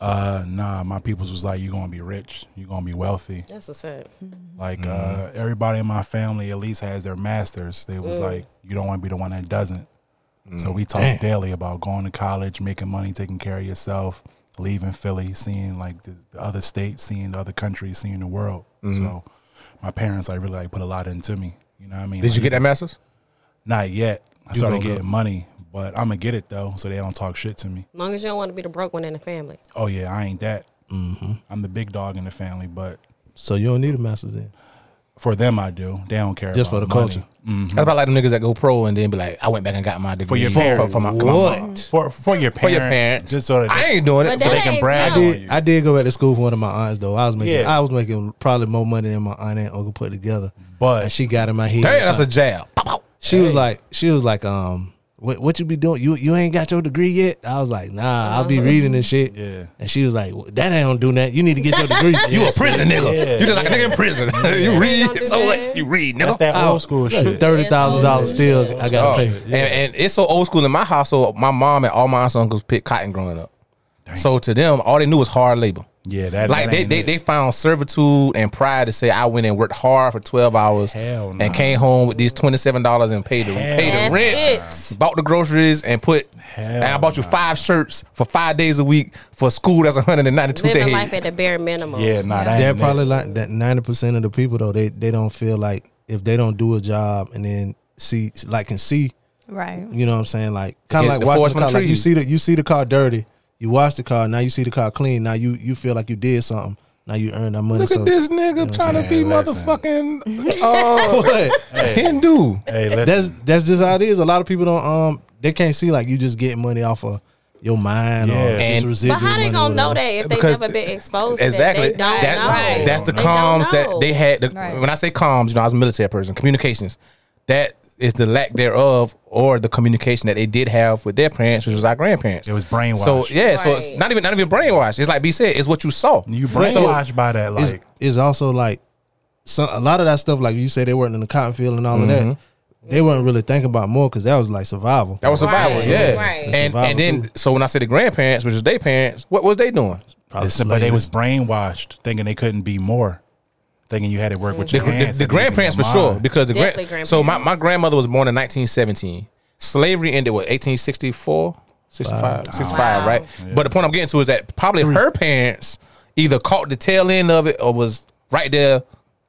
Uh, nah, my peoples was like, you gonna be rich, you gonna be wealthy. That's what's up. Like Mm-hmm. uh, everybody in my family at least has their masters. They was like, you don't want to be the one that doesn't. So Mm. we talk daily about going to college, making money, taking care of yourself, leaving Philly, seeing like the, the other states, seeing the other countries, seeing the world. Mm-hmm. So my parents like really like put a lot into me. You know what I mean? Did you Like, get that masters? Not yet. I started gonna go. getting money, but I'm gonna get it though, so they don't talk shit to me. long as you don't want to be the broke one in the family. Oh yeah, I ain't that. Mm-hmm. I'm the big dog in the family, but So you don't need a master's then. for them I do. They don't care Just for about the money. culture. That's about like them niggas that go pro and then be like, I went back and got my degree your for, parents. for my for my What? mom. for for your parents, for your parents. just so that I they, ain't doing it. But So that they- can ain't brag no. on did- I did go back to school for one of my aunts though. I was making Yeah. I was making probably more money than my aunt and uncle put together. But- and she got in my head. Damn, that's a jab. Pow, pow. she was like she was like um what, what you be doing? You you ain't got your degree yet? I was like, nah, I'll Uh-huh. be reading and shit. Yeah. And she was like, well, that ain't gonna do nothing. You need to get your degree. You a prison nigga. you just like a nigga in prison. you Don't read. do So what? that. You read, nigga. that's that old school shit. Thirty thousand dollars still I Oh, gotta pay. and, and it's so old school in my household. My mom and all my aunts and uncles picked cotton growing up. So to them, all they knew was hard labor. Yeah, that like that they ain't they, it. they found servitude and pride to say I went and worked hard for twelve hours Hell nah. and came home with these twenty seven dollars and paid the Hell paid the That's rent, it. bought the groceries and put. Hell and I bought you five shirts for five days a week for school. That's one hundred and ninety two Living days. life at the bare minimum. yeah, nah, that They're ain't it. probably like that ninety percent of the people though, they they don't feel like if they don't do a job and then see like can see, Right. you know what I'm saying? Like kind Yeah, of like the watching forest the from car. the Like you trees. see the you see the car dirty, you wash the car, now you see the car clean, now you you feel like you did something. Now you earn that money. Look so at this nigga trying to saying? be Listen. motherfucking uh, What? Hindu. Hey, let, that's that's just how it is. A lot of people don't um they can't see like you just getting money off of your mind Yeah. or just And- residual But how they money or gonna know whatever. that if they Because- never been exposed? to Exactly. That? They don't That- know. right. That's the They don't comms that know. they had. The, Right. When I say comms, you know, I was a military person. Communications. That is the lack thereof, or the communication that they did have with their parents, which was our grandparents. It was brainwashed. So yeah, so it's Right. not even not even brainwashed. It's like B said, it's what you saw. you Right. brainwashed by that, It's like is also like some a lot of that stuff like you say they weren't in the cotton field and all of that Mm-hmm. they weren't really thinking about more because that was like survival that was survival. Right, Yeah, right. and Survival, and then too. so when I say the grandparents, which is their parents, what was they doing? Probably it's- but they slaves. was brainwashed, thinking they couldn't be more, thinking you had to work with The, your the- hands, the thinking you grandparents for could sure, mine. because the Definitely grand. So my, my grandparents. grandmother was born in 1917. Slavery ended what 1864, 65, 65, Wow. right? But the point I'm getting to is that probably her parents either caught the tail end of it or was right there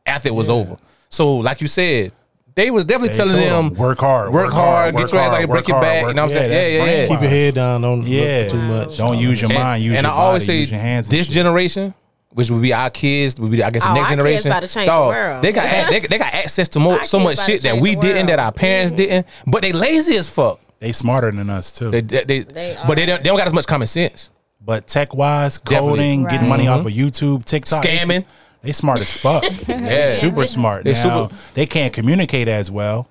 after it was over. So like you said. They was definitely They telling them told 'em, work hard, work work hard, hard, get work your ass out hard, here, break work your hard, back. You work- know what I'm yeah, that's saying? Yeah, yeah, yeah. brainwashed. keep your head down don't yeah, look for too much Don't use your And- mind. Use and your I always body, say use your hands. and this shit. generation, which would be our kids, would be I guess the Oh, next our kids generation. about to change the world. They got a- they, they got access to more, Our so kids much about to shit that change we the didn't that world. our parents didn't, but they lazy as fuck. they smarter than us too. They they, they- They but they are. don't, they don't got as much common sense. but tech wise, Definitely. coding, getting Right. money off of YouTube, TikTok, they- Scamming. They smart as fuck. They super smart. They now super- they can't communicate as well,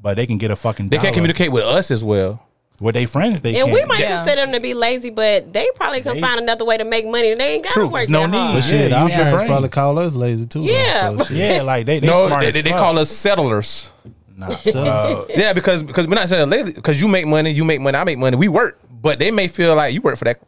but they can get a fucking. They can't dollar. communicate with us as well. with their friends. They And can't. we might Yeah. consider them to be lazy, but they probably can They- find another way to make money. They ain't got to True. work There's no that hard. need. shit Yeah, our use your parents brain. probably call us lazy too though, Yeah, so but- shit. Yeah, like they, they no, smart they, as they, they fuck. call us settlers. Nah, uh, Yeah, because because we're not saying lazy. Because you make money, you make money, I make money. We work, but they may feel like you work for that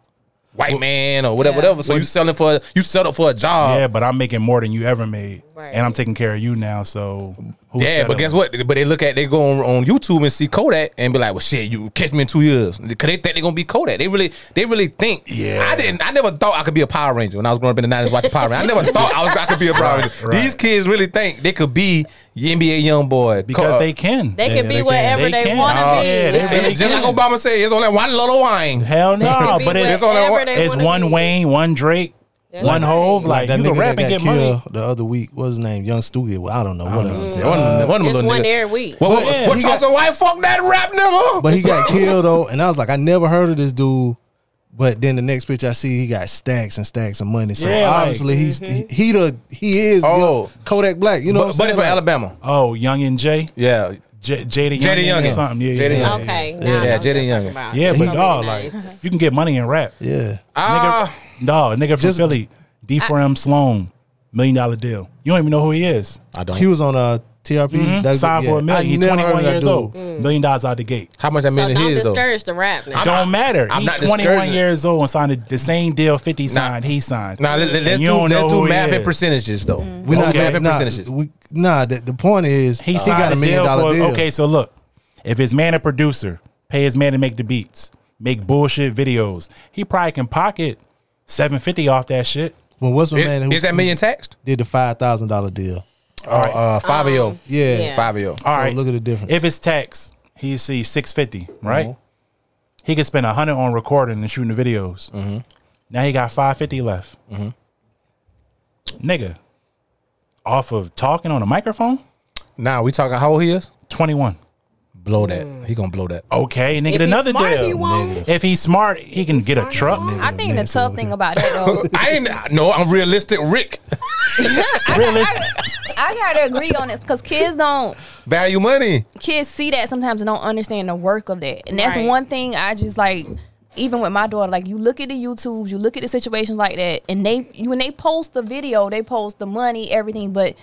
white man or whatever, Yeah. whatever. So you selling for you settled for a job. yeah, but I'm making more than you ever made, Right. and I'm taking care of you now. So who's yeah, but settling? guess what? But they look at they go on, on YouTube and see Kodak and be like, "Well, shit, you catch me in two years." Because they think they're gonna be Kodak. They really, they really think. Yeah. I didn't. I never thought I could be a Power Ranger when I was growing up in the nineties watching Power Ranger. I never thought I was I could be a Power Ranger. right. These kids really think they could be the NBA young boy Because they can. They Yeah, can they be can. whatever They they, can. want to Oh, be. yeah, they really just like can. Obama said, it's only one little wine. Hell no, They but be it's only whatever one- they it's wanna one be. Wayne, one Drake, That's one right. Hove. Like, that you nigga can that rap and got get killed money. the other week what was his name young Stu Gill. I don't know what it was Mm-hmm. One- one It's little one nigga. every week. Uh, What, what, yeah, what he Charles got- White? Fuck that rap nigga. but he got killed though and I was like I never heard of this dude But then the next picture I see, he got stacks and stacks of money. So Yeah, like- mm-hmm. obviously he's he, he the he is you know, Oh. Kodak Black. You know, but, what I'm buddy saying? from Like, Alabama. Oh, Young and Jay, Yeah. J- Jada, Jada Young Youngin. or something. Yeah, Jada yeah, Youngin. yeah. Okay. Yeah, now I know what Jada you're Youngin. talking about. Yeah, So but many dog, like names. you can get money in rap. Yeah, Ah, Dog, nigga from Just- Philly, D. Forum Sloan, million dollar deal. You don't even know who he is. I don't. he was on uh TRP. That's- Mm-hmm. Signed for yeah, a I million. He's never twenty heard one of that years dude. old. Mm. Million dollars out the gate. How much I mean So in don't his though? discourage the rap now. don't matter. I'm He's not twenty one discouraging. years old and signed the, the same deal Fifty signed. He signed. Now let, us And do you don't let's know do who he math and is. percentages though. Mm-hmm. We Let's not do math and that, percentages. nah, we, nah the, the point is he, He signed got a million dollar for, deal. Okay, so look, if his man a producer, pay his man to make the beats, make bullshit videos, he probably can pocket seven fifty off that shit. Well, what's my Is- man who is that million taxed? did the five thousand dollar deal? All right. Uh, five a yo. Yeah, Um, yeah. Five a yo. All So right, look at the difference. Mm-hmm. If it's tax, he see six fifty, right? He could spend a hundred on recording and shooting the videos. Mm-hmm. Now he got five fifty left. Nigga, off of talking on a microphone, Now we talking how old he is? twenty one. Blow that. Mm. He gonna blow that. Okay, nigga, If he's another smart, he deal. won't. Negative. if he's smart, he can get a smart, he truck. won't. I think the mess tough over thing about that though, I ain't no. I'm realistic, Rick. Realistic. I gotta agree on this because kids don't Value money. kids see that sometimes and don't understand the work of that. And that's Right. one thing I just like even with my daughter, like you look at the YouTubes, you look at the situations like that, and they you when they post the video, they post the money, everything, but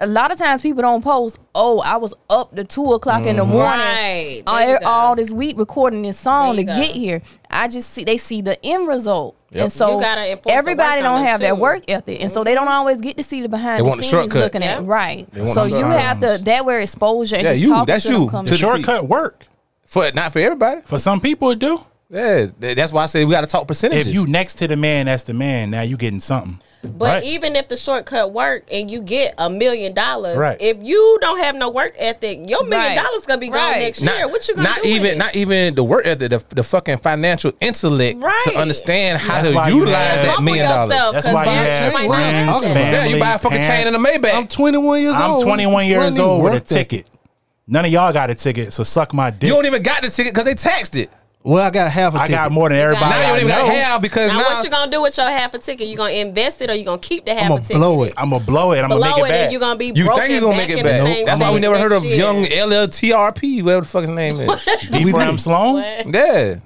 a lot of times people don't post, oh, I was up to two o'clock in the morning Mm-hmm. Right. There you all, er, go. all this week recording this song There to you go. get here. I just see they see the end result. Yep. And so You gotta enforce the everybody work on don't them have that too. Mm-hmm. work ethic. And so they don't always get to see the behind They the want the scenes shortcut. looking at Yeah. it. Right. want So the you have to that where exposure and Yeah, just you. talking That's to them you. comes To the The shortcut work. For not for everybody. For some people it do. Yeah, th- that's why I say we gotta talk percentages. If you next to the man, that's the man. Now you getting something. But Right. even if the shortcut work and you get a million dollars, Right. if you don't have no work ethic, your million Right. dollars gonna be gone Right. next year. What you gonna not do? with even it? not even the work ethic, the, the fucking financial intellect Right. to understand how That's to why utilize you have- that Humble million dollars. yourself, That's 'cause why you that have might not friends, happen. family. Yeah, you buy a fucking chain and a Maybach. I'm 21 years I'm old. 21 years Wasn't old even with a worth that. ticket. None of y'all got a ticket, so suck my dick. you don't even got the ticket because they taxed it. Well, I got half a I ticket. got more than everybody. Now you don't even I got know. half because Now, now, what you gonna do with your half a ticket? You gonna invest it or you gonna keep the half I'ma a ticket? blow it. I'm gonna blow it. I'm Blow gonna make it, it back. and you gonna be you broke think you and gonna back make it in the back? same That's why we place never heard of next year. Young LLTRP, whatever the fuck his name is. D. Fram Sloan. yeah,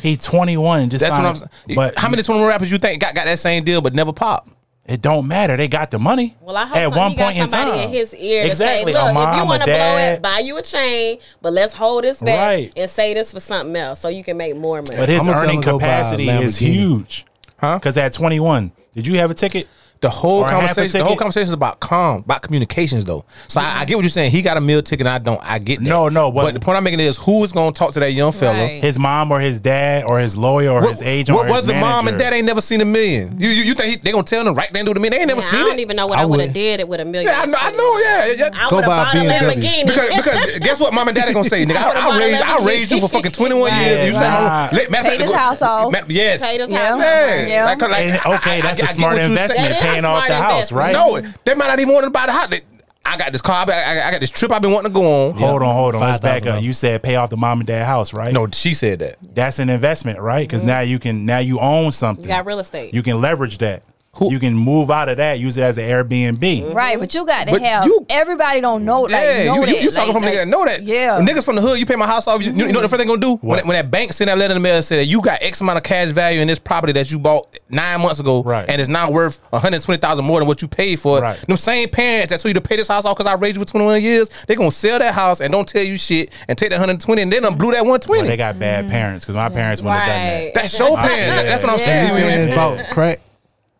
He 21. Just that's what I'm. signed- saying. But how many 21 rappers you think got, got that same deal but never pop? It don't matter. They got the money. Well, I hope at so. one he point got in somebody time. in his ear to exactly. say, a "Look, if you mom, want a to blow it, dad. buy you a chain, but let's hold this back Right. and say this for something else, so you can make more money." But his I'ma tell earning him to go buy a capacity Lamborghini. is huge. Huh? Because at 21, did you have a ticket? The whole Or half a conversation, the whole ticket. conversation is about calm, about communications, though. So I, I get what you're saying. He got a meal ticket, and I don't. I get that. No, no, But, but- the point I'm making is, who is going to talk to that young fella? Right. His mom or his dad or his lawyer or his agent what or was his the mom and manager? dad ain't never seen a million? You you, you think he, they gonna tell them the right thing to do to me? They ain't never Man, I seen don't it. even know what I, I would have would- did it with a million. yeah, I know, I know, yeah, yeah. yeah. I Go would have buy a bought a BMW. Lamborghini. Because, because guess what, mom and dad are gonna say, nigga, I would've I, I bought raised another I raised you for fucking 21 Right, years. You said, right. hold on, matter of Paid fact, his go- household. ma- Yes, Paid his Yeah. household. yeah. Yeah. Like, like, And, I- okay, I- that's I- a I get smart what you're investment, saying. That is paying off smart the house, investment. right? No, they might not even want to buy the house. They- I got this car. I, I, I got this trip I've been wanting to go on. Hold on, hold on. Let's back $5,000. up. You said pay off the mom and dad house, right? No, she said that. that's an investment, right? Because Mm-hmm. now you can now you own something. You got real estate. You can leverage that. Who- You can move out of that, use it as an Airbnb. Mm-hmm. Right, but you got to But have you- everybody don't know like yeah, know you, that. you, you talking like, from a nigga like, that know that. Yeah. When niggas from the hood, you pay my house off. You, you know what the first thing gonna do? When, What? when that bank send that letter in the mail and say that you got X amount of cash value in this property that you bought nine months ago, Right. and it's now worth one hundred twenty thousand more than what you paid for it. Right. Them same parents that told you to pay this house off because I raised you for twenty one years, they gonna sell that house and don't tell you shit and take that hundred twenty and then done blew that one But twenty. they got bad parents because my parents wouldn't have done Mm-hmm. Right. that. that's your parents. Yeah. That's what I'm You saying. ain't bought crack.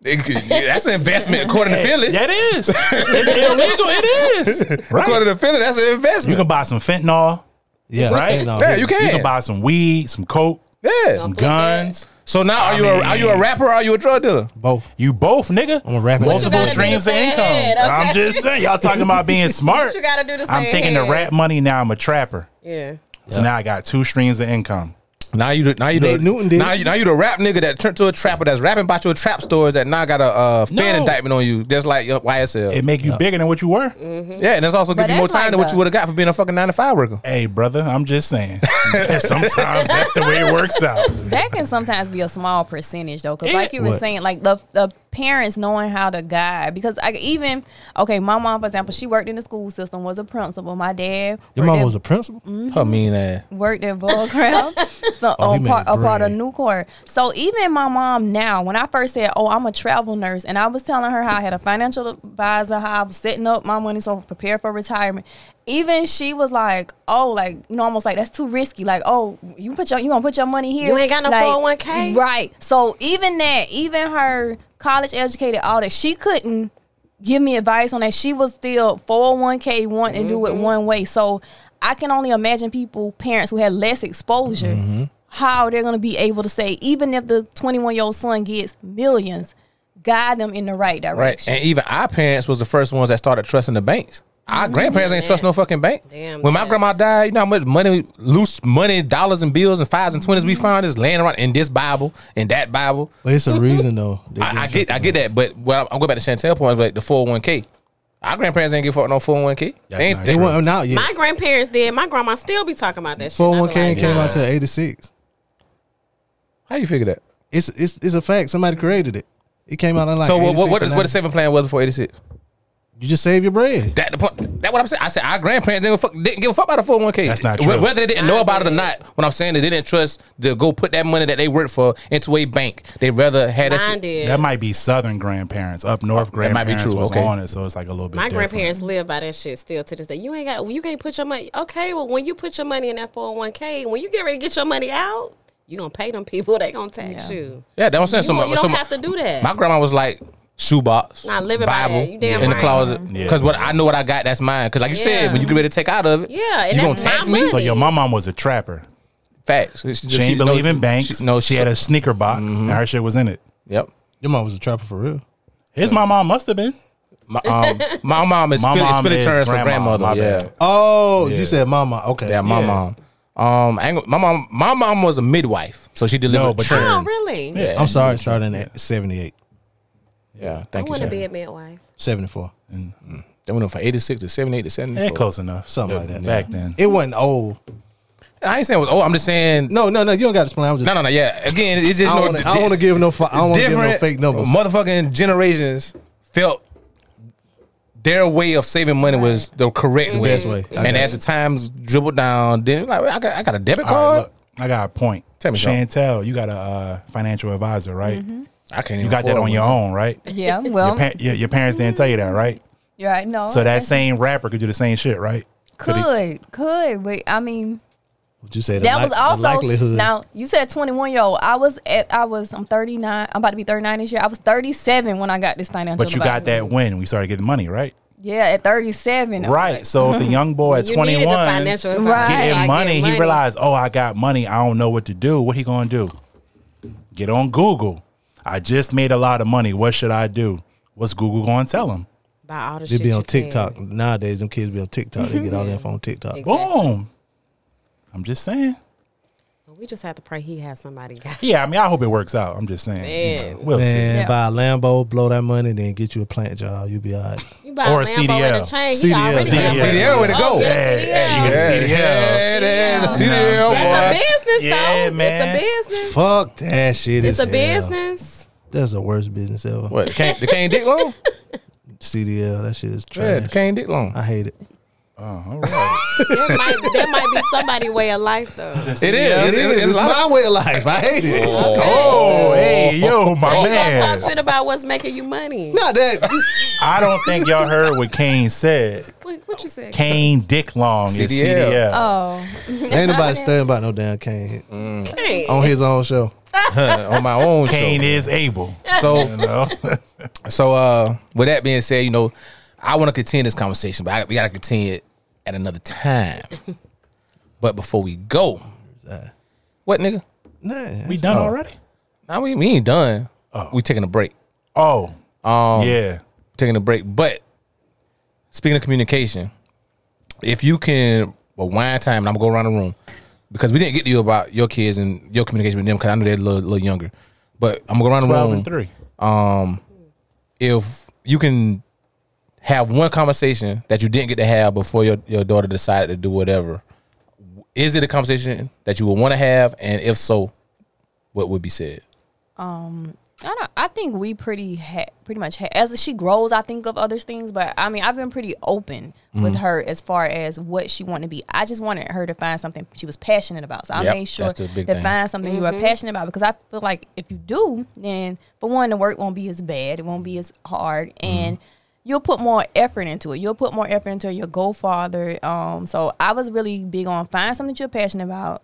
That's an investment according to Philly. That is. it's illegal. It is. Right. According to Philly, that's an You investment. can buy some fentanyl. Yeah, Right? fentanyl. Yeah, you You can. can buy some weed, some coke, yeah. some Don't play that. guns. So now, are I you a, mean- are you a rapper? or Are you a drug dealer? both. You both, nigga. I'm a rapper. Multiple You gotta do streams the of same income. head, okay? I'm just saying, y'all talking about being smart. you gotta do the I'm same taking the head. rap money now. I'm a trapper, yeah. so now I got two streams of income. Now you, the- now you, the, Nate Newton did. Now you, now you the rap nigga that turned to a trapper that's rapping about your trap stores that now got a uh, fan No. indictment on you, just like uh, YSL. It make you bigger than what you were. Mm. yeah, and that's also give But you more that's time like than what the- you would have got for being a fucking nine to five worker. Hey, brother, I'm just saying. Sometimes that's the way it works out. That can sometimes be a small percentage though, because Yeah. like you were What? saying, like the the parents knowing how to guide. Because I even okay, my mom for example, she worked in the school system, was a principal. My dad, worked Your mom at- was a principal. Mm-hmm. Her mean ass. worked at Volcram, so Oh, he on part, meant a part of Gray. Nucor. So even my mom now, when I first said, "Oh, I'm a travel nurse," and I was telling her how I had a financial advisor, how I was setting up my money so prepare for retirement. Even she was like, "Oh, like you know, almost like that's too risky. Like, oh, you put your you gonna put your money here? You ain't got no Like, 401k? right? So even that, even her college educated, all that, she couldn't give me advice on that. She was still 401k wanting to do Mm-hmm. it one way. So I can only imagine people, parents who had less exposure, Mm-hmm. how they're going to be able to say, even if the 21 year old son gets millions, guide them in the right Right. direction. And even our parents was the first ones that started trusting the banks. Our Mm-hmm. grandparents ain't trust no fucking bank. Damn when my banks. grandma died, you know how much money, loose money, dollars and bills and fives and 20s Mm-hmm. we found is laying around in this Bible, in that Bible. But it's a reason though. they I, I didn't get I get that, but well, I'm going back to Chantel point, like the 401k. Our grandparents ain't give fuck no 401k. That's They ain't, not they They true. weren't- weren't out My yet. grandparents did. My grandma still be talking about that shit. Four hundred one I k be came like, out to eighty six. how you figure that? It's it's it's a fact. Somebody created it. It came out in like so what what what 86 is or what the seven plan was before 86? You just save your bread. That the point. That what I'm saying. I said our grandparents didn't, fuck, didn't give a fuck about a 401k. That's not Wh- true. Whether they didn't know about it or not, what I'm saying is they didn't trust to go put that money that they worked for into a bank. They rather had that Mine shit. did. That might be Southern grandparents. Up north that might be grandparents true, was okay. on it, so it's like a little bit. My different. grandparents live by that shit still to this day. You ain't got you can't put your money okay, well when you put your money in that 401k, when you get ready to get your money out, you gonna pay them people, they gonna tax Yeah. you. Yeah, that's what I'm saying. You, so won't- my, you so don't my- have to do that. my grandma was like shoebox, Not living by Bible that. You damn in the right. closet. Yeah. Because what I know what I got, that's mine. Because like you said, Yeah. when you get ready to take out of it, Yeah, and you gonna that's my tax me. money. So your my mom was a trapper. Facts. It's just- She ain't believe no, in banks. she- no, she had a sneaker box, and her shit was in it. Yep. Your mom was a trapper for real. His my mom must have been. My, um, my mom is My Philly, mom it's Philly is turns for grandma, grandmother. my Yeah. bad. Oh, Yeah. you said mama. Okay. Yeah, my Yeah. mom. Um, I ain't, gonna- my mom, my mom was a midwife, so she delivered. No, but children. Oh really? Yeah. I'm sorry. it Started at 78, yeah, I thank you. wanna Sir. be a midwife. 74, Mm-hmm. They went up from eighty six to seventy eight to seventy Eh, four. close enough. something like that. Back Yeah. then, it wasn't old. I ain't saying it was old. I'm just saying. No, no, no. You don't got to explain. I was just. No, no, no. Yeah, again, it's just I no. don't want to give no. fu- I don't want to give no different fake numbers. Motherfucking generations felt their way of saving money was the correct way. Best way. I And got as the times dribbled down, then like I got, I got a debit All right, card. look, I got a point. Tell me something. Chantel, you got a uh, financial advisor, right? Mm-hmm. I can't. Even You got that afford on your one. own, right? Yeah, Your, well, par- your, your parents didn't tell you that, right? you're right. No, So that same rapper could do the same shit, right? could, could, but I mean, Would you say the that li- was the also likelihood? now you said 21 year old i was at i was i'm 39 i'm about to be 39 this year i was 37 when i got this financial But you got advisor. that when we started getting money, right? yeah at 37 I'm Right. So if the young boy at Mm-hmm. You twenty needed the one financial Right. advisor. getting Like, money, he realized, oh, I got money. I don't know what to do. What he gonna do? Get on Google. I just made a lot of money. What should I do? What's Google gonna tell him? Buy all the They shit be on you can. TikTok nowadays. Them kids be on TikTok. They get all their info on TikTok. Exactly. Boom. I'm just saying. We just have to pray he has somebody. Yeah, I mean, I hope it works out. I'm just saying. Man. You know, we'll Man, see. Yeah. buy a Lambo, blow that money, then get you a plant job. You'll be all right. You buy Or a a Lambo and a CDL. chain. He already CDL. got Yeah. one. CDL way to go. Oh, get a Yeah, CDL. you Yeah, get a yeah, CDL. yeah, the You know what I'm CDL, saying? boy. That's a business, Yeah, though. man. It's a business. Fuck that shit. It's as a hell. business. That's the worst business ever. What the Kane, the Kane Dick Long? CDL. That shit is Yeah, trash. the Kane Dick Long. I hate it. Oh, all right. There might, there might be somebody way of life though. It is. It is. It's, my way of life. I hate it. oh, hey, yo, my Oh, You gonna man. Oh, talk shit about what's making you money? Not that. I don't think y'all heard what Kane said. What, what you said? Kane Dick Long is CDL. CDL. oh Ain't nobody studying about no damn Kane Kane. Oh, on his own show. on my own Kane show. is able. So You know? So, uh, with that being said, you know, I want to continue this conversation, but I, we got to continue it at another time. but before we go, what nigga? Nah, we done already? Nah, we, we ain't done. Oh. We taking a break. Oh. Um, yeah. Taking a break. But speaking of communication, if you can, well, wine time, and I'm going to go around the room. because we didn't get to you about your kids and your communication with them because I knew they're a little, little younger. But I'm gonna go around the Twelve room. and three. If you can have one conversation that you didn't get to have before your, your daughter decided to do whatever, is it a conversation that you would want to have? And if so, what would be said? I don't. I think we pretty ha- pretty much ha- as she grows. I think of other things, but I mean, I've been pretty open with Mm-hmm. her as far as what she wanted to be. I just wanted her to find something she was passionate about. So I Yep, made sure that's the to big thing. find something you are passionate about because I feel like if you do, then for one, the work won't be as bad. It won't be as hard, Mm-hmm. and you'll put more effort into it. You'll put more effort into it. You'll go farther. Um, so I was really big on find something that you're passionate about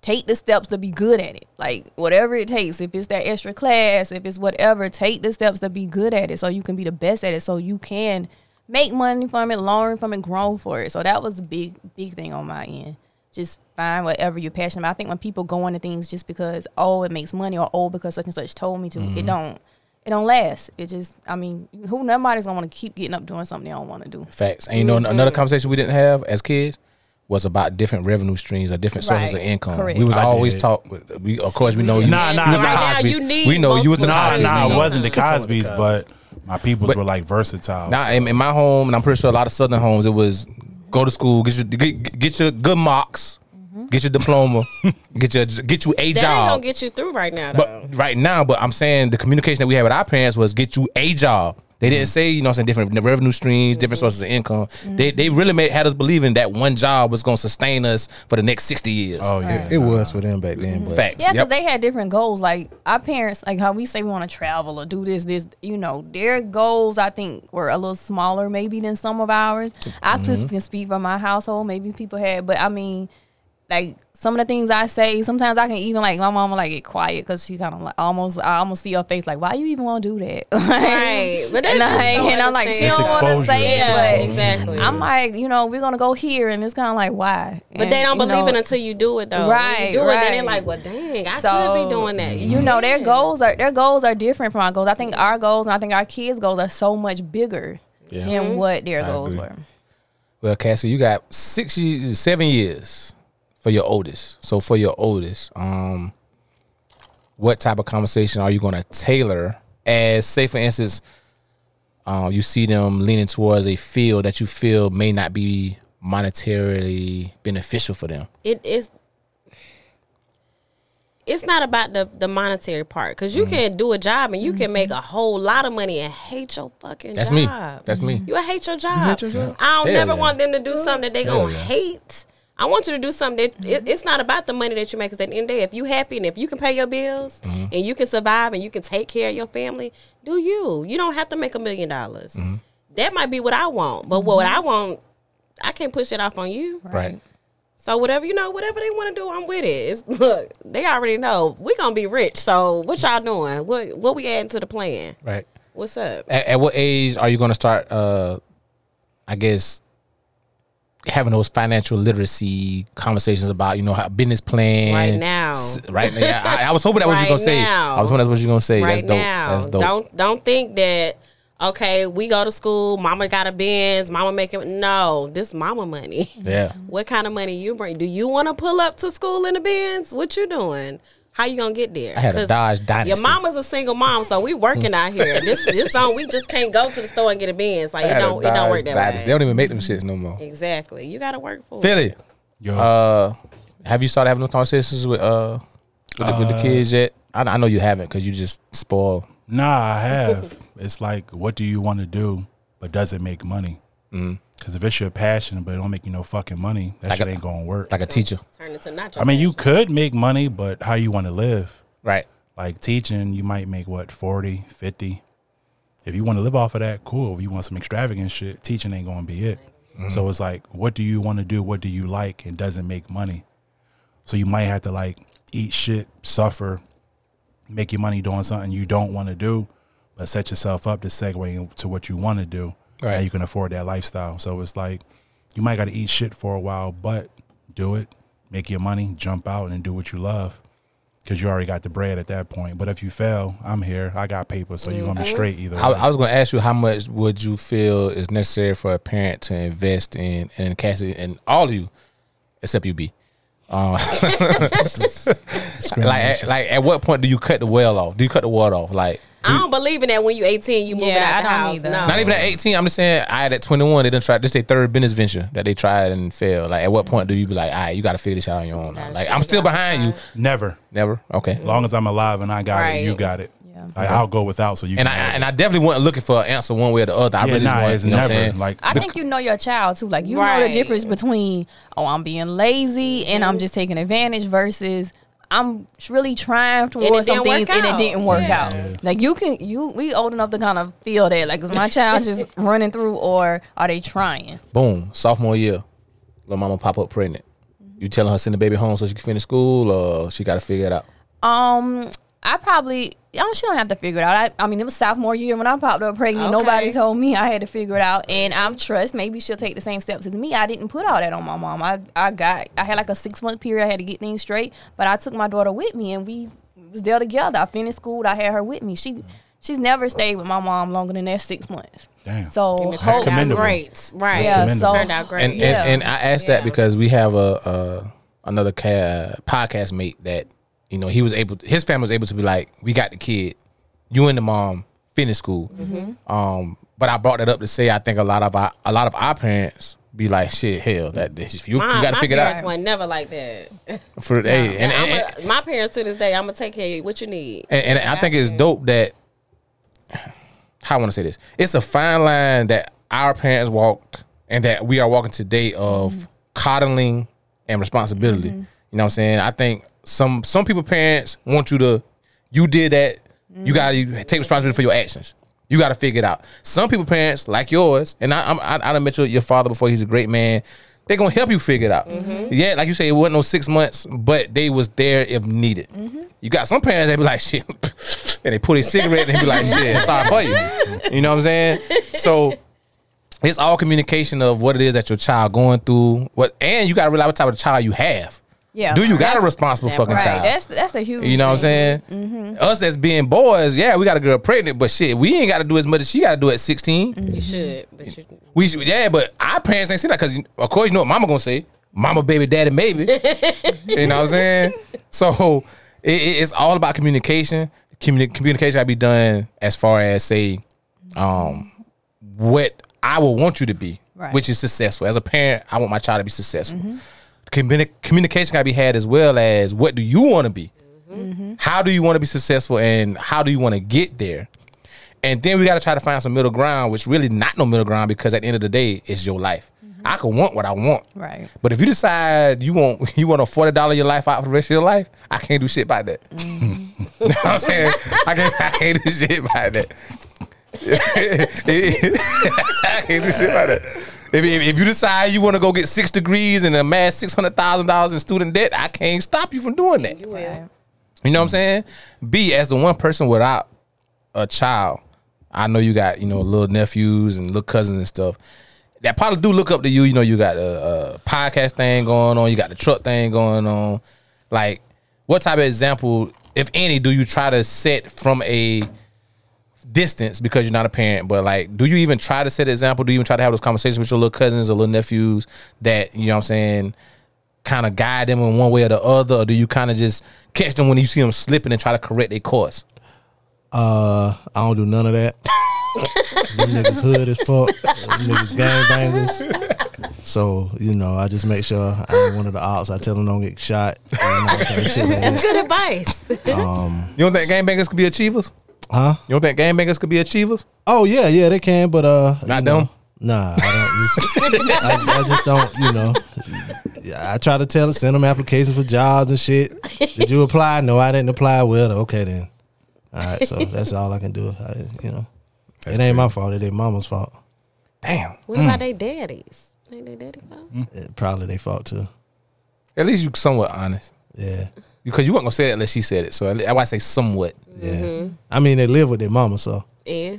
take the steps to be good at it. Like whatever it takes, if it's that extra class, if it's whatever, take the steps to be good at it so you can be the best at it so you can make money from it, learn from it, grow for it. So that was a big big thing on my end. Just find whatever you're passionate about. I think when people go into things just because oh it makes money or oh because such and such told me to, it don't it don't last. It just I mean, who nobody's gonna wanna keep getting up doing something they don't wanna do. Facts. And you Mm-hmm. know, another conversation we didn't have as kids was about different revenue streams or different sources Right. of income. Correct. We was I always did. taught. We of course we know you. Nah, you nah, was the nah. Right now, Cosby's. you need we know you was the multiple Nah, Cosby's. nah, we it know. wasn't the Cosby's, but my peoples But- were like versatile. Now in, in my home, and I'm pretty sure a lot of Southern homes, it was go to school, get your get, get your good marks, get your diploma, get your get you a Mm-hmm. That ain't job. gonna get you through right now, though. but right now, but I'm saying the communication that we had with our parents was get you a job. They Mm-hmm. didn't say, you know, what I'm saying different revenue streams, different sources of income. They they really made had us believing that one job was going to sustain us for the next sixty years. oh yeah, It was for them back then, but Facts. Yeah, because Yep. they had different goals. Like our parents, like how we say we want to travel or do this, this. You know, their goals I think were a little smaller maybe than some of ours. I Mm-hmm. just can speak for my household. Maybe people had, but I mean, like some of the things I say. Sometimes I can even like my mama like get quiet because she kind of like almost I almost see her face like why you even want to do that. Right. But that's and, I, you don't and I'm like she understand. don't want to It's say exposure. yeah, it. exactly. But I'm like you know we're gonna go here and it's kind of like why. but they don't believe in it until you do it, though. When Right, you do it, then they're right. like, well, dang, I could So, be doing that. You know, their goals are their goals are different from our goals. I think our goals and I think our kids' goals are so much bigger Yeah. Mm-hmm. than what their I goals agree. were. Well, Cassie, you got six years, seven years for your oldest. So for your oldest, um, what type of conversation are you going to tailor? As say, for instance, um, you see them leaning towards a field that you feel may not be monetarily beneficial for them. it is it's not about the, the monetary part because Mm. you can do a job and you Mm-hmm. can make a whole lot of money and hate your fucking That's me. job. That's me. You hate your job. your job? I don't Hell never yeah. want them to do something that they Hell gonna yeah. hate. I want you to do something that it, it's not about the money that you make. Because at the end of the day, if you happy and if you can pay your bills Mm-hmm. and you can survive and you can take care of your family, do you? You don't have to make a million dollars. Mm-hmm. That might be what I want, but what I want, I can't push it off on you. Right. So whatever you know, whatever they want to do, I'm with it. It's, look, they already know we gonna be rich. So what y'all doing? What what we adding to the plan? Right. What's up? At, at what age are you going to start? Uh, I guess having those financial literacy conversations about you know how business plan Right now. s- right now. Yeah, I, I was hoping that was what you Right gonna say. now. I was hoping that's what you gonna say. right that's dope. now, That's dope. don't don't think that. Okay, we go to school. Mama got a Benz. Mama making no. This mama money. Yeah. What kind of money you bring? Do you want to pull up to school in a Benz? What you doing? How you gonna get there? I had a 'Cause Dodge Dynasty. Your mama's a single mom, so we working out here. this this song we just can't go to the store and get a Benz. Like I it had a don't it don't work Dodge Dynasty. that They way. don't even make them shits no more. Exactly. You gotta work for it. Philly, Yo, uh, have you started having those conversations with uh with, the, with the kids yet? I, I know you haven't because you just spoil. nah, I have. it's like, what do you want to do, but does it make money? Because if it's your passion, but it don't make you no fucking money, Mm-hmm. that Like shit a- ain't gonna work. like a teacher, Turn into nacho. I mean, you could make money, but how you want to live? right? Like teaching, you might make what 40, 50. If you want to live off of that, cool. If you want some extravagant shit, teaching ain't gonna be it. So it's like, what do you want to do? What do you like? It doesn't make money, so you might have to like eat shit, suffer, make your money doing something you don't want to do, but set yourself up to segue into what you want to do, Right. and you can afford that lifestyle. So it's like you might got to eat shit for a while, but do it, make your money, jump out, and do what you love, because you already got the bread at that point. But if you fail, I'm here. I got paper, so you're gonna be straight either way. I, I was going to ask you how much would you feel is necessary for a parent to invest in and Cassie and all of you, except you, B, Like, at, like at what point do you cut the well off? Do you cut the water off? Like, I don't believe in that when you 18, you moving Yeah, out the I don't house. either. No. not Um, even at eighteen. I'm just saying, I had at twenty one. They didn't try. This their third business venture that they tried and failed. Like, at what point do you be like, all right, you got to figure this out on your own? now." Gotta Like, figure I'm it still out. behind you. Never. Never. Okay. As long as I'm alive and I got it, you Right. got it. Yeah. Like, I'll go without so you And I can have it. and I definitely wasn't looking for an answer one way or the other. I yeah, really nah, just wanted, it's you know what I'm never saying? like I think you know your child too. Like you know Right. Mm-hmm. the difference between oh I'm being lazy and I'm just taking advantage versus I'm really trying towards some didn't work things and it out. didn't work Yeah. out. Like you can you we old enough to kind of feel that like is my child just running through or are they trying? boom, sophomore year, little mama pop up pregnant. You telling her send the baby home so she can finish school, or she got to figure it out. Um, I probably I don't, she don't have to figure it out. I, I mean, it was sophomore year when I popped up pregnant. Okay. Nobody told me I had to figure it out, and I'm trust maybe she'll take the same steps as me. I didn't put all that on my mom. I I got I had like a six month period. I had to get things straight, but I took my daughter with me, and we was there together. I finished school. I had her with me. She she's never stayed with my mom longer than that six months. Damn. So It hope- turned out commendable. great. Right. yeah, so commendable. Turned out great. And Yeah. and, and I asked that Yeah. because we have a, uh another ca- podcast mate that you know he was able, his family was able to be like, we got the kid, you and the mom finish school. Um, but I brought that up to say I think a lot of our, a lot of our parents be like, shit, hell, that this you, my, you got to my figure it parents out. were never like that. For, hey, and, and, I'm a, my parents to this day, I'm gonna take care of you. What you need? And, and I think it's dope that how I want to say this. It's a fine line that our parents walked and that we are walking today of coddling and responsibility. You know what I'm saying? I think some some people parents want you to you did that, you got to take responsibility for your actions. You got to figure it out. Some people parents like yours and I I'm, I I done met your, your father before he's a great man. They're going to help you figure it out. Mm-hmm. Yeah, like you say it wasn't no 6 months, but they was there if needed. Mm-hmm. You got some parents that be like shit and they put a cigarette and they be like shit, sorry for you. You know what I'm saying? So it's all communication of what it is that your child going through. What and you gotta realize what type of child you have. Yeah. Do you got a That's- responsible fucking right? child? That's Mm-hmm. that's a huge. you know what I'm thing. saying? Us as being boys, yeah, we got a girl pregnant, but shit, we ain't got to do as much as she got to do at 16. You should, but you We should, yeah, but our parents ain't see that because of course you know what mama gonna say, mama, baby, daddy, maybe. you know what I'm saying? So it, it- it's all about communication. Communi- communication I be done as far as say, um, what I will want you to be, Right. which is successful. As a parent, I want my child to be successful. Communi- communication gotta be had as well as what do you want to be? How do you want to be successful, and how do you want to get there? And then we got to try to find some middle ground, which really not no middle ground because at the end of the day, it's your life. I can want what I want, Mm-hmm. Right. But if you decide you want you want a forty dollar your life out for the rest of your life, I can't do shit about that. Mm-hmm. You know what I'm saying? I can't, I can't do shit about that. I can't do shit about that. If, if, if you decide you want to go get six degrees and amass six hundred thousand dollars in student debt, I can't stop you from doing that. Right. You know what I'm saying? B, as the one person without a child, I know you got, you know, little nephews and little cousins and stuff that probably do look up to you. You know, you got a, a podcast thing going on, you got the truck thing going on. Like, what type of example, if any, do you try to set from a distance because you're not a parent? But, like, do you even try to set an example? Do you even try to have those conversations with your little cousins or little nephews that, you know what I'm saying? kind of guide them in one way or the other, or do you kind of just catch them when you see them slipping and try to correct their course? Uh, I don't do none of that. Them niggas hood as fuck. Them niggas gangbangers. So you know, I just make sure I ain't one of the ops. I tell them don't get shot. and all that kind of shit like Um, that. good advice. Mm. You don't think gangbangers could be achievers? Huh? You don't think gangbangers could be achievers? Oh yeah, yeah, they can, but uh, Not you know, them? Nah, I don't. Just, I, I just don't. You know, yeah, I try to tell send them applications for jobs and shit. Did you apply? No, I didn't apply. Well, okay then. All right, so that's all I can do. I, you know, it ain't my fault. It ain't mama's fault. Damn. What about they daddies? Ain't they daddy fault? It, probably they fault too. At least you somewhat honest. Yeah, Because you weren't gonna say that unless she said it. So at le- I why I say somewhat. yeah. I mean, they live with their mama, so Yeah.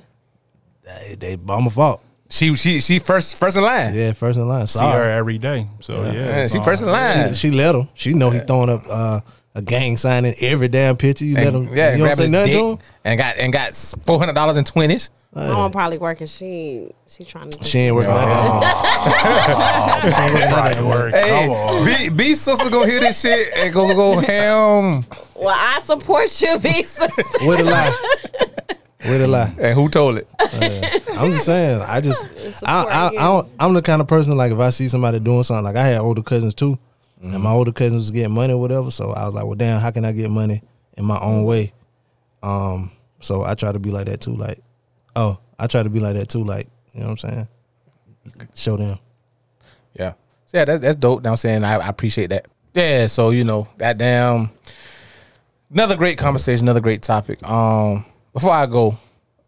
they, they mama fault. She she she first first in line. Yeah, first in line. see her Sorry. every day. So yeah, Yeah, it's she all- first in line. She, she let him. She know he throwing up uh, a gang sign in every damn picture. You let And, them, yeah, you don't grabbed say his nothing dick to them. and got and got four hundred dollars in twenties. My mom probably working. She she trying to. She ain't working. Oh. on that. Right, work. Hey, Come on. B, B sister gonna hear this shit and go go ham. well, I support you, Visa. With a lie. With a lie. And who told it? I'm just saying. I just I, I, I important. don't, I'm the kind of person like if I see somebody doing something like I had older cousins too, and my older cousins was getting money or whatever. So I was like, well, damn, how can I get money in my own way? Um, so I try to be like that too. Like, oh, I try to be like that too. Like, you know what I'm saying? Show them. Yeah. So yeah, that's that's dope. Now I'm saying I, I appreciate that. Yeah, so you know, that damn another great conversation, another great topic. Um before I go,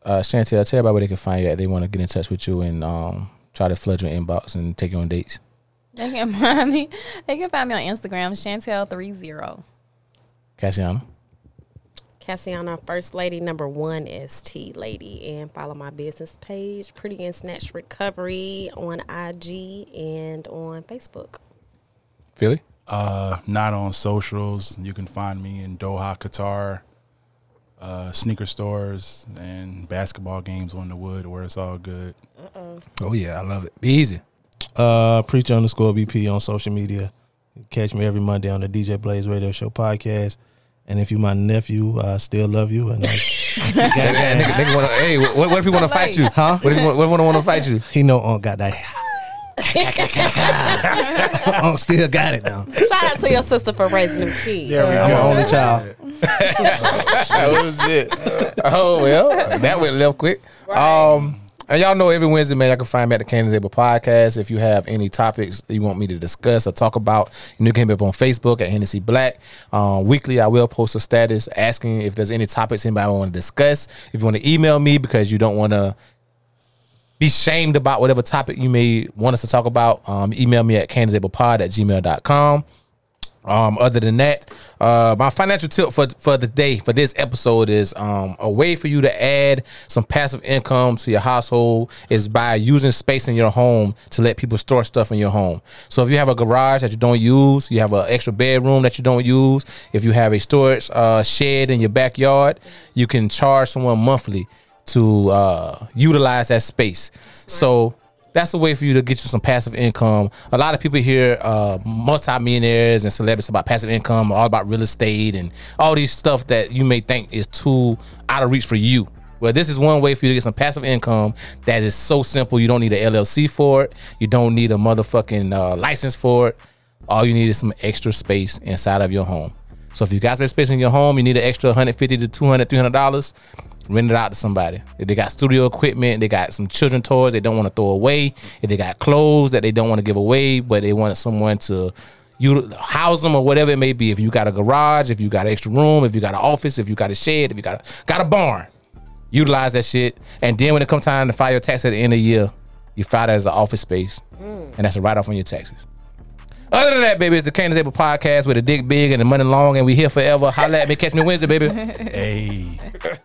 uh Chantel, tell everybody where they can find you at. They want to get in touch with you and um try to flood your inbox and take you on dates. They can find me. They can find me on Instagram, Chantel three zero. Cassiana. Cassiana, first lady, number one ST lady, and follow my business page, Pretty and Snatch Recovery, on IG and on Facebook. Philly? Uh, not on socials. You can find me in Doha, Qatar, uh, sneaker stores, and basketball games on the wood where it's all good. Oh yeah, I love it. Be easy. Uh, preacher underscore VP on social media. Catch me every Monday on the DJ Blaze Radio Show podcast. And if you my nephew, I still love you. And I, Nigga, nigga wanna, hey, what, what if he want to fight you? Huh? What if he want to want to fight you? he know Unc got that. Unc still got it now. Shout out to your sister for raising them kids. I'm an only child. oh shit. Oh well, that went left quick. Um, and y'all know every Wednesday, man, I can find me at the Candace Able Podcast. If you have any topics you want me to discuss or talk about, you can hit me up on Facebook at Hennessy Black. Um, weekly, I will post a status asking if there's any topics anybody want to discuss. If you want to email me because you don't want to be shamed about whatever topic you may want us to talk about, um, email me at candaceablepod at gmail.com. Um, other than that, uh, my financial tip for for the day for this episode is um, a way for you to add some passive income to your household is by using space in your home to let people store stuff in your home. So if you have a garage that you don't use, you have an extra bedroom that you don't use, if you have a storage uh, shed in your backyard, you can charge someone monthly to uh, utilize that space. So that's a way for you to get you some passive income. A lot of people hear uh, multimillionaires and celebrities about passive income, all about real estate and all these stuff that you may think is too out of reach for you. Well, this is one way for you to get some passive income that is so simple. You don't need an LLC for it. You don't need a motherfucking uh, license for it. All you need is some extra space inside of your home. So if you got some space in your home, you need an extra 150 to 200 $300 rent it out to somebody. If they got studio equipment, they got some children toys they don't want to throw away. If they got clothes that they don't want to give away, but they want someone to you house them or whatever it may be. If you got a garage, if you got extra room, if you got an office, if you got a shed, if you got a, got a barn, utilize that shit. And then when it comes time to file your tax at the end of the year, you file that as an office space, and that's a write off on your taxes. Other than that, baby, it's the Candace Able podcast with the dick big and the money long, and we here forever. Holla at me, catch me Wednesday, baby. Hey.